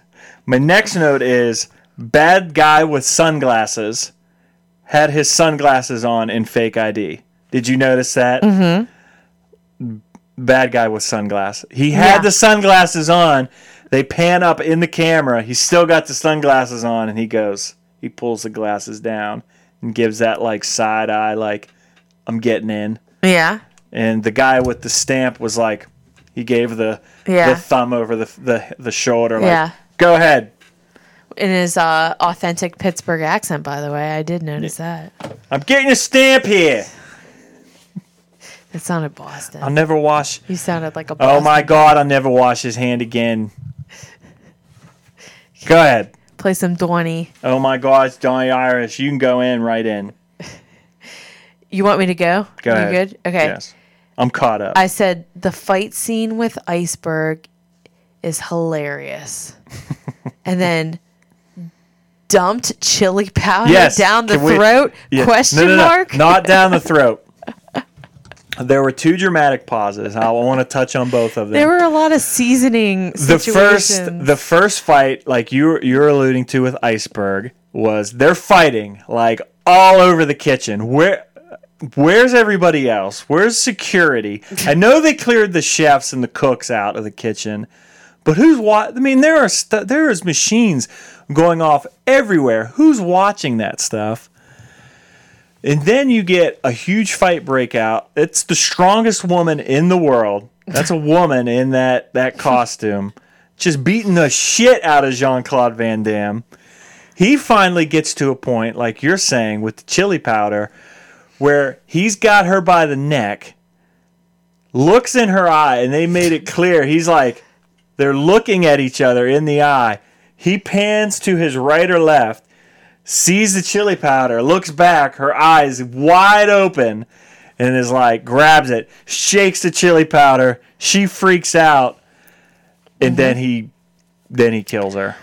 My next note is bad guy with sunglasses had his sunglasses on in fake ID. Did you notice that? Mm-hmm. Bad guy with sunglasses. He had Yeah. the sunglasses on. They pan up in the camera. He's still got the sunglasses on, and he goes, he pulls the glasses down and gives that like side eye, like, I'm getting in. yeah. And the guy with the stamp was like, he gave the Yeah. the thumb over the the, the shoulder, like, Yeah. go ahead. In his uh, authentic Pittsburgh accent, by the way, I did notice that. I'm getting a stamp here. It sounded Boston. I'll never wash. You sounded like a Oh Boston, my God! I'll never wash his hand again. Go ahead. Play some Dwanny. Oh my gosh, Johnny Irish, you can go in right in. You want me to go? Go you ahead. good? Okay. Yes. I'm caught up. I said the fight scene with Iceberg is hilarious. and then dumped chili powder Yes, down the can we- throat? Yeah. Question No, no, no, mark? Not down the throat. there were two dramatic pauses. and I want to touch on both of them. There were a lot of seasoning the situations. first the first fight like you were- you're alluding to with iceberg was they're fighting like all over the kitchen where where's everybody else where's security i know they cleared the chefs and the cooks out of the kitchen but who's what i mean there are stu there is machines going off everywhere who's watching that stuff and then you get a huge fight breakout. It's the strongest woman in the world. That's a woman in that that costume, just beating the shit out of Jean Claude Van Damme. He finally gets to a point, like you're saying, with the chili powder, where he's got her by the neck, looks in her eye, and they made it clear he's like, they're looking at each other in the eye. He pans to his right or left, sees the chili powder, looks back, her eyes wide open, and is like, grabs it, shakes the chili powder. She freaks out, and then he, then he kills her,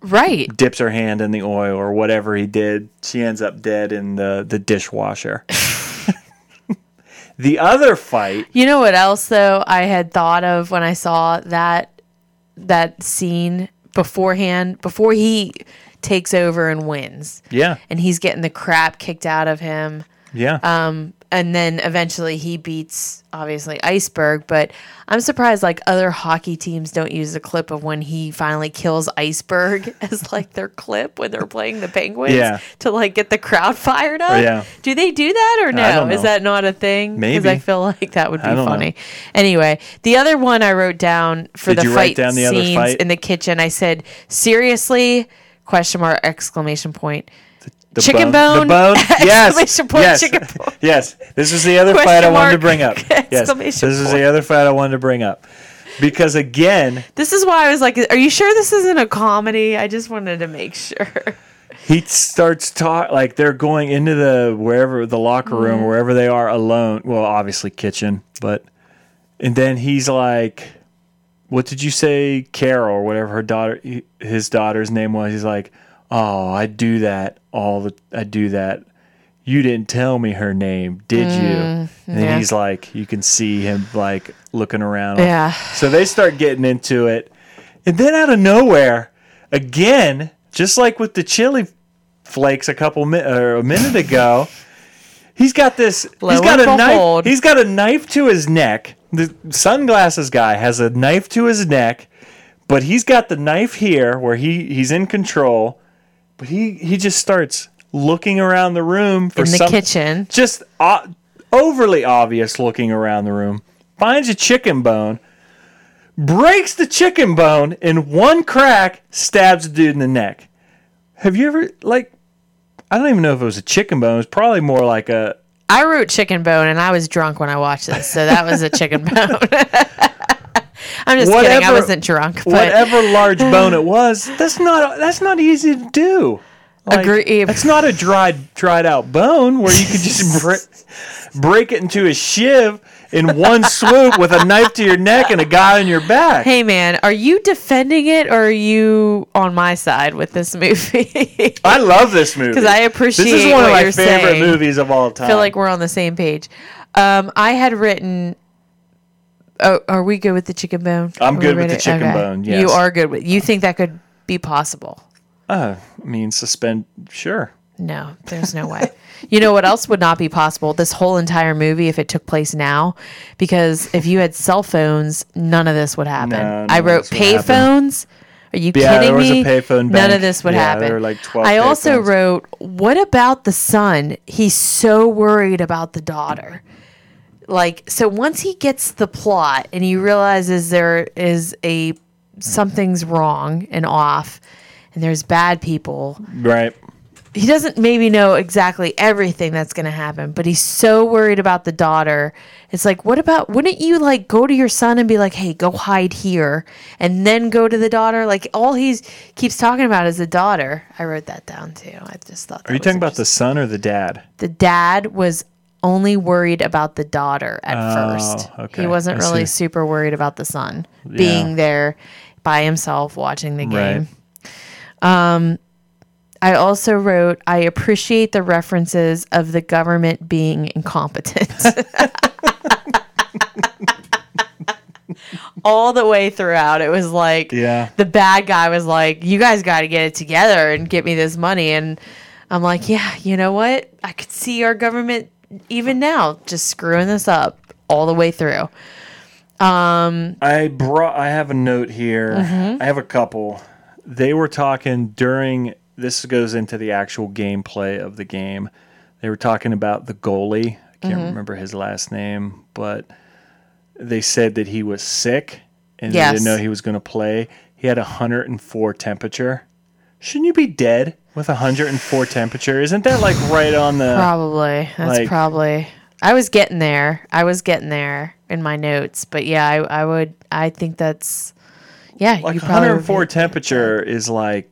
right. dips her hand in the oil or whatever he did. She ends up dead in the the dishwasher. the other fight, You know what else though I had thought of when I saw that that scene beforehand before he takes over and wins yeah, and he's getting the crap kicked out of him yeah, um and then eventually he beats obviously iceberg but i'm surprised like other hockey teams don't use the clip of when he finally kills iceberg as like their clip when they're playing the penguins Yeah. to like get the crowd fired up Yeah. do they do that or no I don't is know. that not a thing Maybe. i feel like that would be I don't know. funny anyway the other one i wrote down for Did the you fight write down the other scenes fight? in the kitchen i said seriously question mark exclamation point the chicken bone? the bone, yes, Exclamation point, yes, chicken bone. yes. This is the other Question fight I wanted to mark. bring up. Yes, this Exclamation is point. the other fight I wanted to bring up because again, This is why I was like, "Are you sure this isn't a comedy?" I just wanted to make sure. he starts talk like they're going into the wherever the locker room wherever they are alone well obviously kitchen but and then he's like what did you say carol or whatever her daughter he- his daughter's name was he's like oh i do that all the i do that you didn't tell me her name did you and yeah. he's like you can see him like looking around Yeah. so they start getting into it and then out of nowhere, again, just like with the chili flakes a couple mi- or a minute ago, he's got this. Lo he's got a and knife. behold. He's got a knife to his neck. The sunglasses guy has a knife to his neck, but he's got the knife here where he he's in control. But he he just starts looking around the room for In the some- kitchen. just uh, overly obvious looking around the room, finds a chicken bone, breaks the chicken bone in one crack, stabs the dude in the neck. Have you ever, like, I don't even know if it was a chicken bone. It was probably more like a. I wrote chicken bone, and I was drunk when I watched this, so that was a chicken bone. I'm just kidding. I Whatever- wasn't drunk, but Whatever large bone it was, that's not that's not easy to do. Like, Agree. That's not a dried dried out bone where you could just bre- break it into a shiv in one swoop with a knife to your neck and a guy on your back. hey, man, are you defending it or are you on my side with this movie? I love this movie 'Cause I this is appreciate one of what my you're favorite saying. movies of all time. I feel like we're on the same page. Um, I had written. Oh, are we good with the chicken bone? I'm Are we good with the ready? chicken bone, yes. you are good with. You think that could be possible? oh, I mean, suspend. Sure, No, there's no way. You know what else would not be possible? This whole entire movie, if it took place now, because if you had cell phones, none of this would happen. No, none I of this wrote would happen. payphones. Are you Yeah, there kidding was a me? payphone None bank. of this would Yeah, happen. there were like 12 I also payphones. wrote, "What about the son? He's so worried about the daughter." Like, so once he gets the plot and he realizes there is a something's wrong and off, and there's bad people right. he doesn't maybe know exactly everything that's going to happen, but he's so worried about the daughter. It's like, what about wouldn't you like go to your son and be like, "Hey, go hide here," and then go to the daughter? Like all he's keeps talking about is the daughter. I wrote that down too. I just thought. Are you talking about the son or the dad? the dad was only worried about the daughter at first. Oh, okay. He wasn't I really see. super worried about the son being there by himself watching the game. Um, Right. I also wrote, I appreciate the references of the government being incompetent. All the way throughout, it was like Yeah. the bad guy was like, "You guys got to get it together and get me this money." And I'm like, "Yeah, you know what? I could see our government even now just screwing this up all the way through." I brought. I have a note here. Mm-hmm. I have a couple. They were talking during. This goes into the actual gameplay of the game. They were talking about the goalie. I can't Mm-hmm. remember his last name, but they said that he was sick and they Yes. didn't know he was going to play. He had a 104 temperature. Shouldn't you be dead with a 104 temperature? Isn't that like right on the? Probably. That's like- probably. I was getting there. I was getting there in my notes, but yeah, I, I would. I think that's. Yeah, Like would be- 104 temperature is like.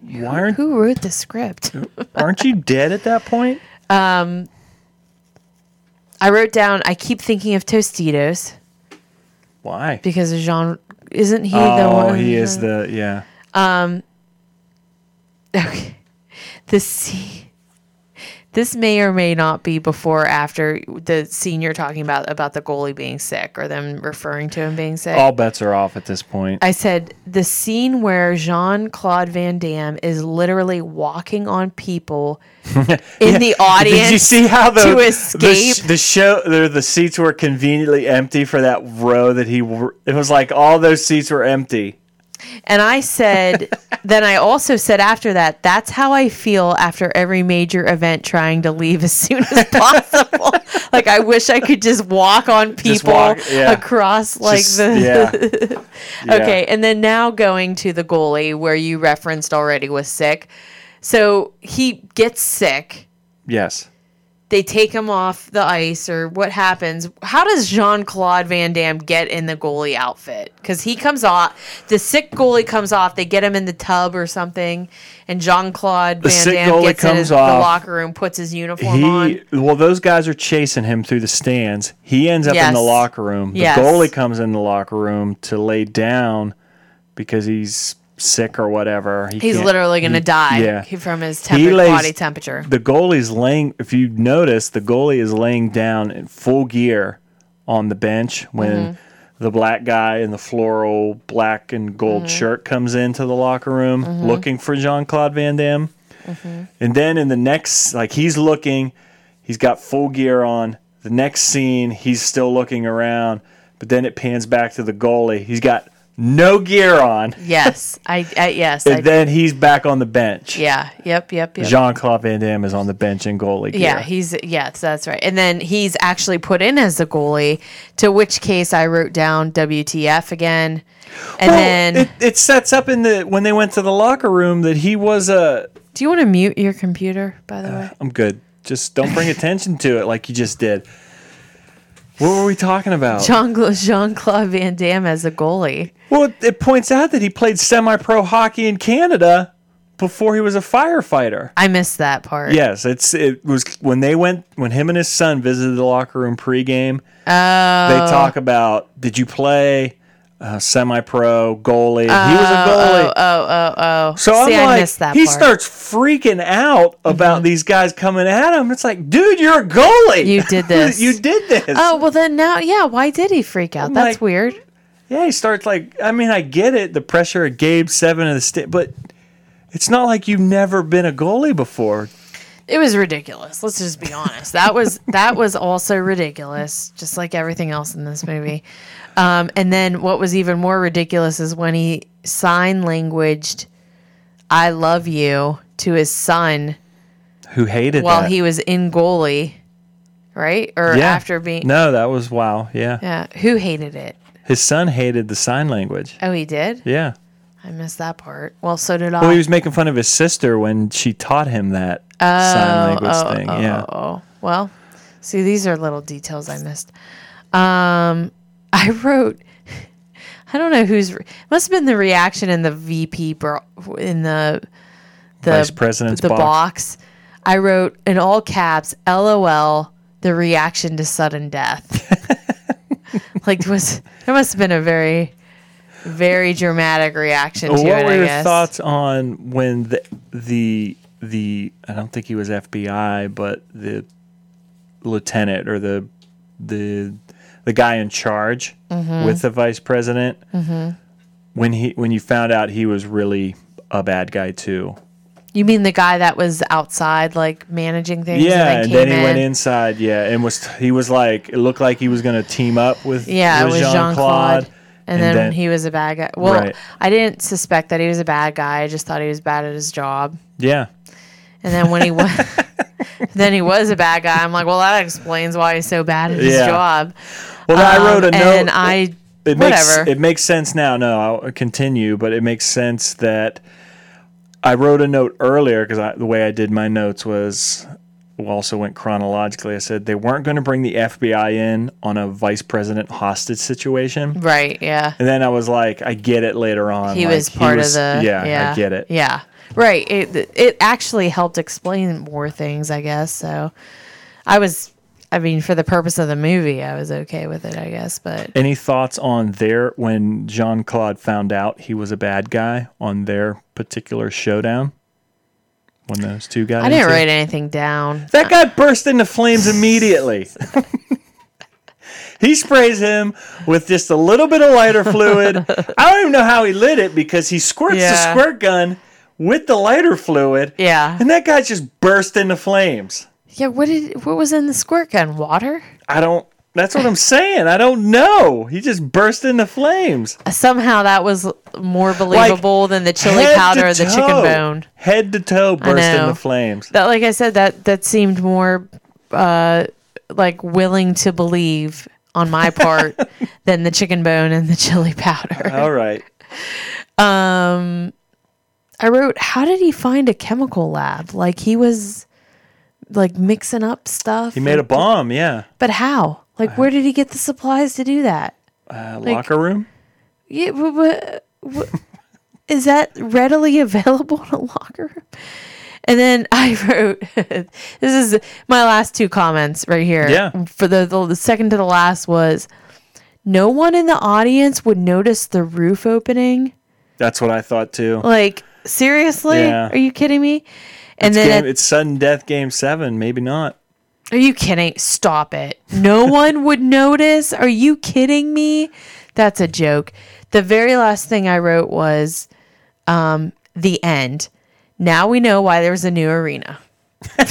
Why aren't Who wrote the script? aren't you dead at that point? I wrote down. I keep thinking of Tostitos Why? because of Jean. Isn't he the Oh, one? he is the yeah. Okay. The C. This may or may not be before or after the scene you're talking about about the goalie being sick or them referring to him being sick. All bets are off at this point. I said the scene where Jean Claude Van Damme is literally walking on people in the audience. Did you see how the to the sh- escape? the, show the, the seats were conveniently empty for that row that he wor- it was like all those seats were empty. And I said, then I also said after that, that's how I feel after every major event trying to leave as soon as possible. like, I wish I could just walk on people walk, yeah. across, like, Just- the. yeah. Yeah. Okay, and then now going to the goalie where you referenced already was sick. So he gets sick. Yes. They take him off the ice, or what happens? How does Jean Claude Van Damme get in the goalie outfit? Because he comes off, the sick goalie comes off. They get him in the tub or something, and Jean Claude Van sick Damme goalie gets in comes his, the off. locker room, puts his uniform He on. well those guys are chasing him through the stands. He ends up in the Yes. locker room. The Yes. goalie comes in the locker room to lay down because he's sick or whatever. He He's can't- literally going to he- die Yeah. from his temper- lays- body temperature. the goalie's laying if you notice the goalie is laying down in full gear on the bench when Mm-hmm. the black guy in the floral black and gold shirt comes into the locker room Mm-hmm. looking for Jean-Claude Van Damme. And then in the next like he's looking, he's got full gear on. The next scene, he's still looking around, but then it pans back to the goalie. He's got no gear on. Yes, I, I yes, I, And then he's back on the bench. yeah, yep, yep, yep. Jean Claude Van Damme is on the bench in goalie gear. Yeah, he's yes, that's right. And then he's actually put in as the goalie, to which case I wrote down WTF again. Well, And then it, it sets up in the when they went to the locker room that he was a. do you want to mute your computer, by the way? I'm good. Just don't bring attention to it like you just did. What were we talking about? Jean Jean Claude Van Damme as a goalie. well, it, it points out that he played semi-pro hockey in Canada before he was a firefighter. I missed that part. Yes, it's it was when they went when him and his son visited the locker room pregame. Oh, They talk about did you play uh, semi-pro goalie? he was a goalie. oh, oh, oh. So See, I'm I like, missed that he part. Mm-hmm. starts freaking out about these guys coming at him. It's like, dude, you're a goalie. You did this. you did this. oh well, then now, yeah. Why did he freak out? That's like- weird. Yeah, he starts like, I mean, I get it, the pressure of game seven of the state, but it's not like you've never been a goalie before. It was ridiculous. Let's just be honest. That was that was also ridiculous, just like everything else in this movie. Um, and then what was even more ridiculous is when he sign languaged "I love you" to his son Who hated while that? he was in goalie, right? Or yeah. after being no, that was wow. Yeah. yeah, who hated it? his son hated the sign language. Oh, he did. Yeah, I missed that part. Well, so did I. Well, he was making fun of his sister when she taught him that sign language oh, thing. oh, yeah. oh, oh. Well, see, these are little details I missed. Um, I wrote. I don't know who's. Re- must have been the reaction in the VP bro- in the the Vice president's the box. box. I wrote in all caps, "LOL." The reaction to sudden death. like was there must have been a very, very dramatic reaction to Well, it. what were I your guess. thoughts on when the the the I don't think he was FBI, but the lieutenant or the the the guy in charge Mm-hmm. with the vice president when he when you found out he was really a bad guy too. You mean the guy that was outside, like managing things? Yeah, and and then then, came he in? went inside. Yeah, and was he was like it looked like he was going to team up with Yeah, with it was Jean Claude. And, then, he was a bad guy. Well, Right. I didn't suspect that he was a bad guy. I just thought he was bad at his job. yeah And then when he was, then he was a bad guy. I'm like, well, that explains why he's so bad at his Yeah. job. well I wrote a Um, note And I, it whatever. makes it makes sense now. No, I'll continue, but it makes sense that I wrote a note earlier because the way I did my notes was well, also went chronologically. I said they weren't going to bring the FBI in on a vice president hostage situation, right? Yeah. and then I was like, I get it later on. He like, was part was- of the. Yeah, I get it. Yeah. Right. It it actually helped explain more things, I guess. So, I was, I mean, for the purpose of the movie, I was okay with it, I guess. But Any thoughts on their when Jean Claude found out he was a bad guy on their particular showdown? When those two got I didn't into it? write anything down. That guy burst into flames immediately. he sprays him with just a little bit of lighter fluid. I don't even know how he lit it because he squirts Yeah. the squirt gun with the lighter fluid. Yeah. And that guy just burst into flames. Yeah. What did? What was in the squirt gun? Water? I don't that's what I'm saying. I don't know. He just burst into flames. Somehow that was more believable than the chili Head to powder or the chicken toe. bone. Head to toe burst know. into flames. That, like I said, that that seemed more, uh, like willing to believe on my part than the chicken bone and the chili powder. Um, All right. Uh-huh. I wrote, how did he find a chemical lab? Like he was like mixing up stuff. He made a bomb, yeah. But how? Like where did he get the supplies to do that? Uh, locker room? Yeah, but, but, what- is that readily available in a locker room? And then I wrote, this is my last two comments right here. Yeah. For the, the, the second to the last was, no one in the audience would notice the roof opening. That's what I thought too. Like, seriously? Yeah. Are you kidding me? And then at Game- it's sudden death game seven, maybe not. Are you kidding? Stop it. No one would notice. Are you kidding me? That's a joke. The very last thing I wrote was um, the end. Now we know why there's a new arena.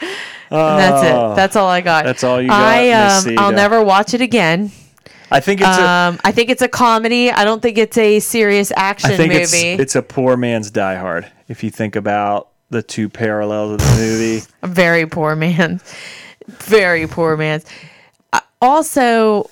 And that's it. That's all I got. Ah. That's all you got, I Miss um, I'll Sita. never watch it again. I think it's a Um, I think it's a comedy. I don't think it's a serious action I think movie. it's it's a poor man's Die Hard. If you think about the two parallels of the movie, very poor man very poor man Uh, also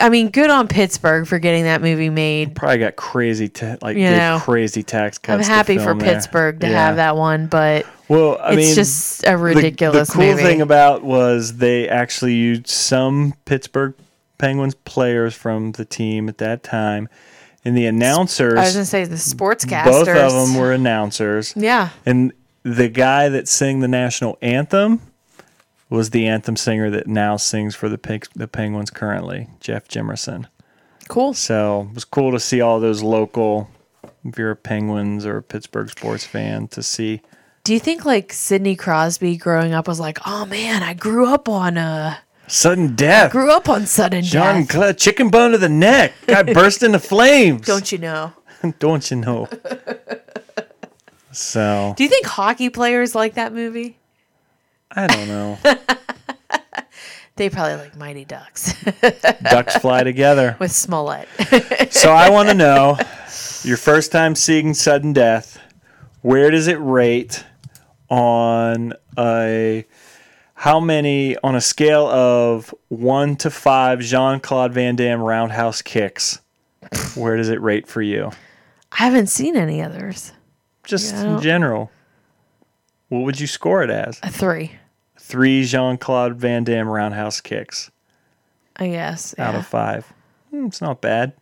i mean good on pittsburgh for getting that movie made probably got crazy ta- like You gave know, crazy tax cuts. i'm to happy for film there. pittsburgh to Yeah. have that one but Well, I it's mean, just a the- ridiculous The, cool movie thing about was they actually used some Pittsburgh Penguins players from the team at that time, and the announcers. i was gonna say the sportscasters both of them were announcers. yeah And the guy that sang the national anthem was the anthem singer that now sings for the Pig- the Penguins currently, Jeff Jimerson. cool So it was cool to see all those local, if you're a Penguins or a Pittsburgh sports fan, to see. do you think like sidney crosby growing up was like oh man i grew up on uh Sudden death. grew up on sudden John death Cla- chicken bone to the neck. Guy burst into flames. don't you know Don't you know? So do you think hockey players like that movie I don't know. they probably like mighty ducks Ducks fly together. with smollett So I want to know your first time seeing sudden death. Where does it rate on a? how many on a scale of one to five Jean Claude Van Damme roundhouse kicks? Where does it rate for you? I haven't seen any others. Just Yeah. in general, what would you score it as? A three, Three Jean Claude Van Damme roundhouse kicks I guess. out yeah. of five. Hmm, it's not bad.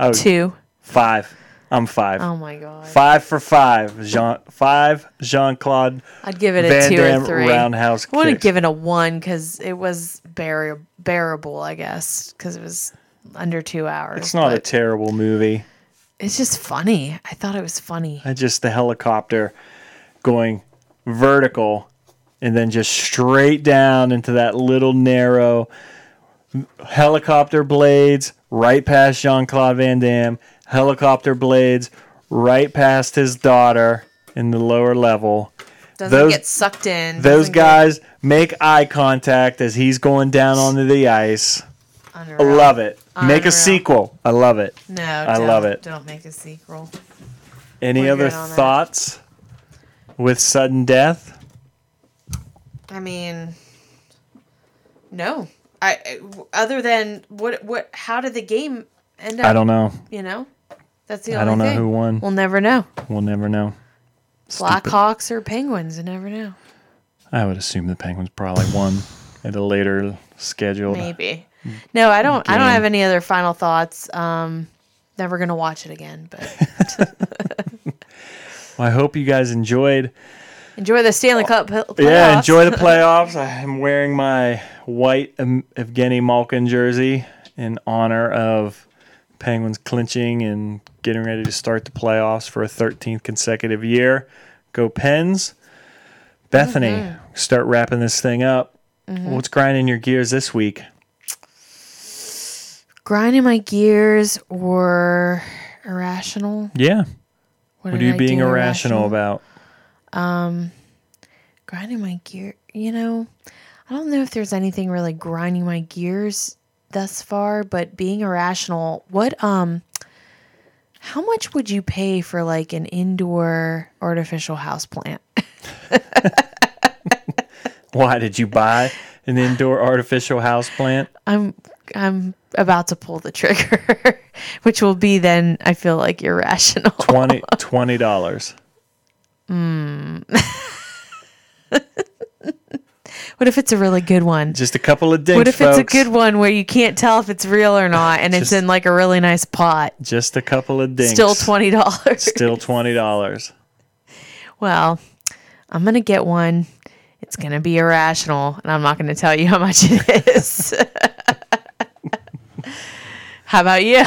Oh, two. five. I'm five. Oh my god. Five for five. Jean five Jean Claude I'd give it a Van two Damme or three. roundhouse I would have kicks. given a one because it was bear- bearable, I guess, because it was under two hours. It's not a but terrible movie. it's just funny. I thought it was funny. I just the helicopter going vertical and then just straight down into that little narrow helicopter blades right past Jean-Claude Van Damme, helicopter blades right past his daughter in the lower level. Doesn't those- get sucked in. Those doesn't get guys make eye contact as he's going down onto the ice. unreal. I love it. Make Unreal. a sequel. I love it. No, I don't- love it. Don't make a sequel. Any We're other good on that. thoughts with sudden death? I mean, no. I- I other than what what? How did the game end up? I don't know. You know, that's the I only don't know thing. who won. We'll never know. We'll never know. Blackhawks or Penguins, you never know. I would assume the Penguins probably won at a later scheduled. Maybe. No, I don't. I don't Hmm. Game. have any other final thoughts. Um, never gonna watch it again. But Well, I hope you guys enjoyed. enjoy the Stanley Cup. pl- Yeah, playoffs. enjoy the playoffs. I am wearing my white um, Evgeny Malkin jersey in honor of Penguins clinching and getting ready to start the playoffs for a 13th consecutive year. Go Pens. Bethany, Mm-hmm. start wrapping this thing up. What's grinding your gears this week? Grinding my gears or irrational. Yeah. What did are you I being do irrational about? Grinding my gear. You know, I don't know if there's anything really grinding my gears thus far, but being irrational. What um. How much would you pay for like an indoor artificial house plant? Why did you buy an indoor artificial house plant? I'm I'm about to pull the trigger, which will be then I feel like irrational. 20 twenty dollars. What if it's a really good one? Just a couple of dinks, What if it's a folks. good one where you can't tell if it's real or not and it's Just- in like a really nice pot? Just a couple of dinks. Still twenty dollars. Still twenty dollars. Well, I'm gonna get one. It's gonna be irrational, and I'm not gonna tell you how much it is. how about you?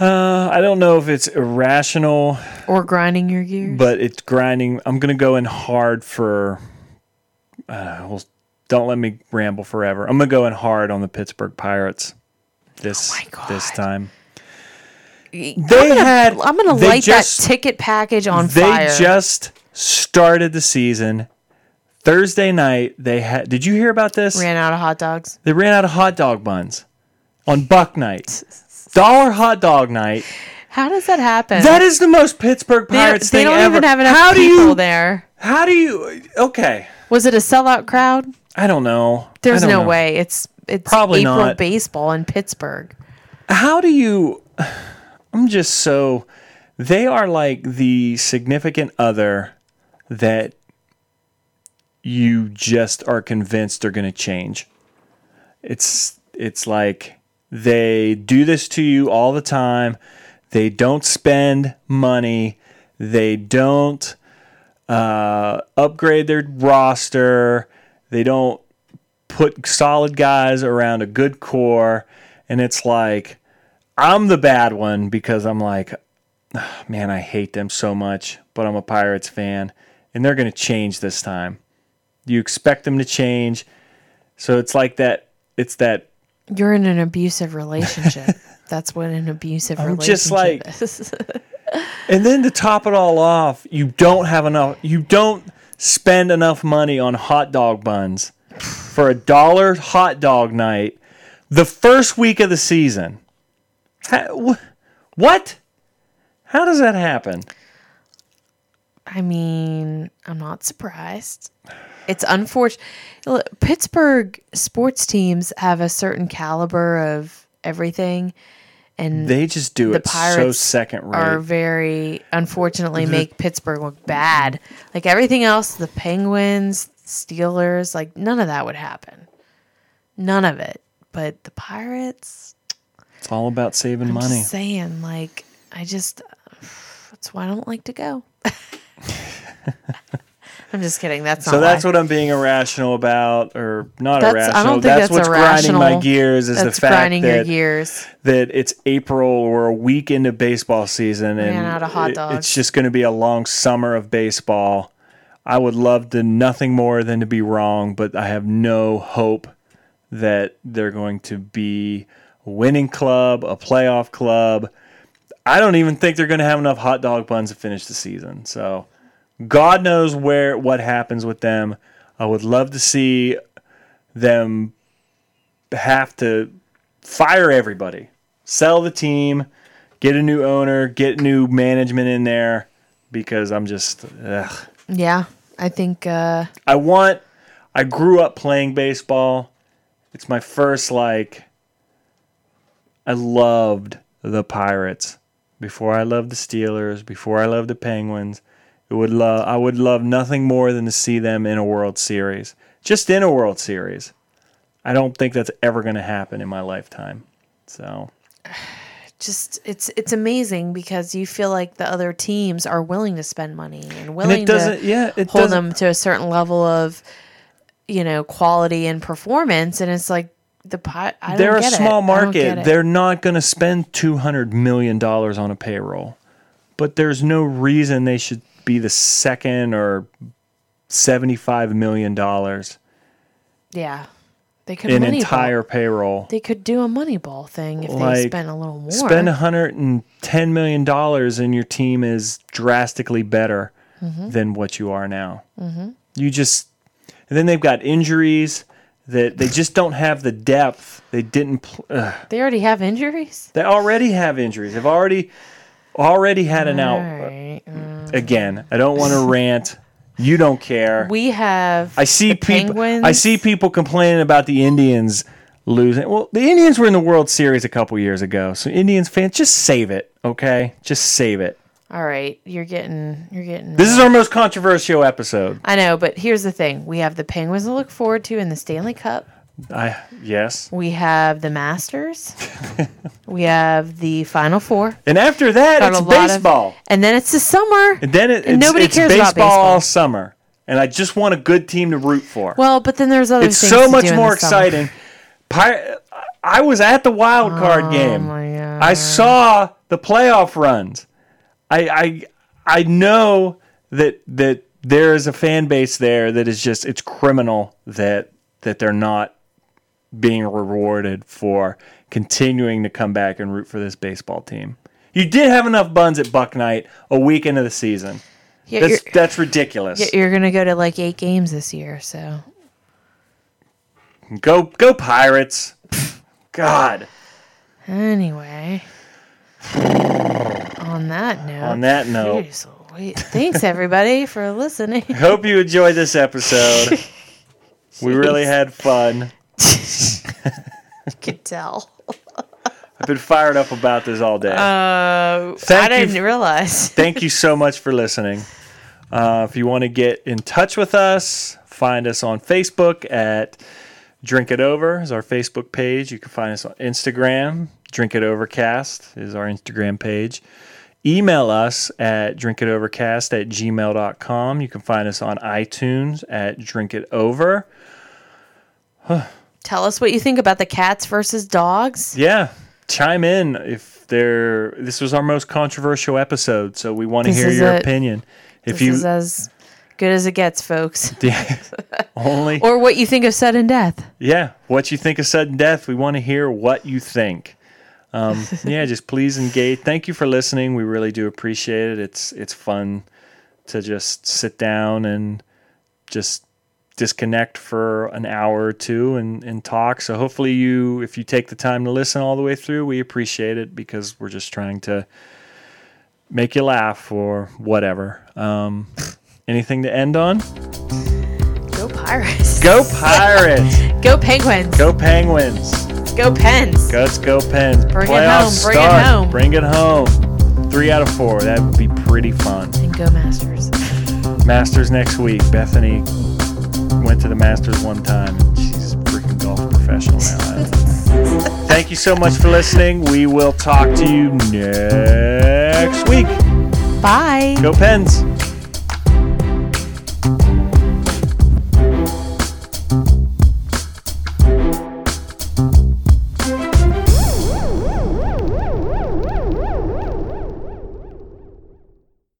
Uh, I don't know if it's irrational, Or grinding your gears? but it's grinding. I'm gonna go in hard for. Uh, well, don't let me ramble forever. I'm gonna go in hard on the Pittsburgh Pirates. This Oh God. this time they they had. I'm gonna they light just- that ticket package on they fire. just started the season. Thursday night, they had. Did you hear about this? Ran out of hot dogs. They ran out of hot dog buns on Buck night, dollar hot dog night. How does that happen? That is the most Pittsburgh they, Pirates they thing don't ever. even have enough how do people you? there. How do you? Okay, Was it a sellout crowd? I don't know. I There's don't no know. way. It's it's Probably April not. baseball in Pittsburgh. How do you? I'm just so. They are like the significant other that you just are convinced are going to change. It's it's like they do this to you all the time. They don't spend money. They don't uh, upgrade their roster. They don't put solid guys around a good core. And it's like I'm the bad one because I'm like, "Ah, man, I hate them so much, but I'm a Pirates fan, and they're going to change this time. You expect them to change, so it's like that. It's that You're in an abusive relationship. That's what an abusive relationship just like- is. And then to top it all off, you don't have enough. You don't spend enough money on hot dog buns for a dollar hot dog night the first week of the season. How, wh- what? How does that happen? I mean, I'm not surprised. It's unfortunate. Pittsburgh sports teams have a certain caliber of everything, and They just do The it so Pirates second are rate. very unfortunately make Pittsburgh look bad. Like everything else, the Penguins, Steelers, like none of that would happen. None of it. But the Pirates, It's all about saving I'm money. just saying, like I just that's why I don't like to go. I'm just kidding. That's not So that's why. what I'm being irrational about, or not That's- I irrational. don't think that's, that's what's grinding my irrational. gears is that's the fact grinding your that gears. that it's April or a week into baseball season, and out of hot it- dogs. it's just going to be a long summer of baseball. I would love to nothing more than to be wrong, but I have no hope that they're going to be a winning club, a playoff club. I don't even think they're going to have enough hot dog buns to finish the season. So, God knows where what happens with them. I would love to see them have to fire everybody, sell the team, get a new owner, get new management in there because I'm just ugh. Yeah. I think uh I want I grew up playing baseball. It's my first like I loved the Pirates before I loved the Steelers, before I loved the Penguins. It would love I would love nothing more than to see them in a World Series. Just in a World Series. I don't think that's ever going to happen in my lifetime. So just it's it's amazing because you feel like the other teams are willing to spend money and willing and it doesn't to yeah it hold doesn't, them to a certain level of you know quality and performance and it's like the pot I they're don't a get it. small I don't get market it. they're not going to spend 200 million dollars on a payroll but there's no reason they should be the second or 75 million dollars yeah they could in money entire payroll they could do a moneyball thing if they Like, spent a little more spend 110 million dollars and your team is drastically better Mm-hmm. than what you are now you just and then they've got injuries that they just don't have the depth they didn't pl- ugh. they already have injuries They already have injuries. They've already already had an all out. right mm. Again, I don't want to rant. You don't care. we have I see the people. Penguins. I see people complaining about the Indians losing. Well, the Indians were in the World Series a couple years ago, so Indians fans, just save it, okay? Just save it. all right you're getting you're getting This is our most controversial episode. I know, but here's the thing. We have the Penguins to look forward to in the Stanley Cup. I yes. We have the Masters. we have the Final Four. And after that, Got it's a lot of- baseball. and then it's the summer. and then it, it's, and nobody it's cares baseball, about baseball. all summer. And I just want a good team to root for. Well, but then there's other it's things. so to do much in more the summer. exciting. Pir- I was at the wild card game. Oh, my God. I saw the playoff runs. I, I I know that that there is a fan base there that is just it's criminal that that they're not being rewarded for continuing to come back and root for this baseball team. You did have enough buns at Buck Night a week into the season. Yeah, That's you're- that's ridiculous. You're gonna go to like eight games this year, so Go go Pirates. God. anyway. On that note. On that note, Jeez Louise. Thanks everybody for listening. Hope you enjoyed this episode. we really had fun. you could tell. I've been fired up about this all day. Uh, I Oh, Thank you didn't f- realize. Thank you so much for listening. Uh, if you want to get in touch with us, find us on Facebook at Drink It Over is our Facebook page. You can find us on Instagram. Drink It Overcast is our Instagram page. Email us at drinkitovercast at gmail.com. You can find us on iTunes at Drink It Over. Tell us what you think about the cats versus dogs. Yeah, chime in if there. This was our most controversial episode, so we want to This hear is your it. opinion. If This is you as good as it gets, folks. only, Or what you think of sudden death. yeah, what you think of sudden death, we want to hear what you think. Um, yeah, just please engage. Thank you for listening. We really do appreciate it. It's it's fun to just sit down and just disconnect for an hour or two and, and talk. So hopefully you if you take the time to listen all the way through, we appreciate it because we're just trying to make you laugh or whatever. Um, anything to end on? Go Pirates. Pirates. Go Pirates. Go Penguins. go Penguins. Go Pens. Go- Let's go Pens. Bring it Playoffs home, bring it start. home. Bring it home. Three out of four. That would be pretty fun. And go Masters. Masters next week. Bethany went to the Masters one time. and She's a freaking golf professional now. Thank you so much for listening. We will talk to you next week. Bye. Go Pens.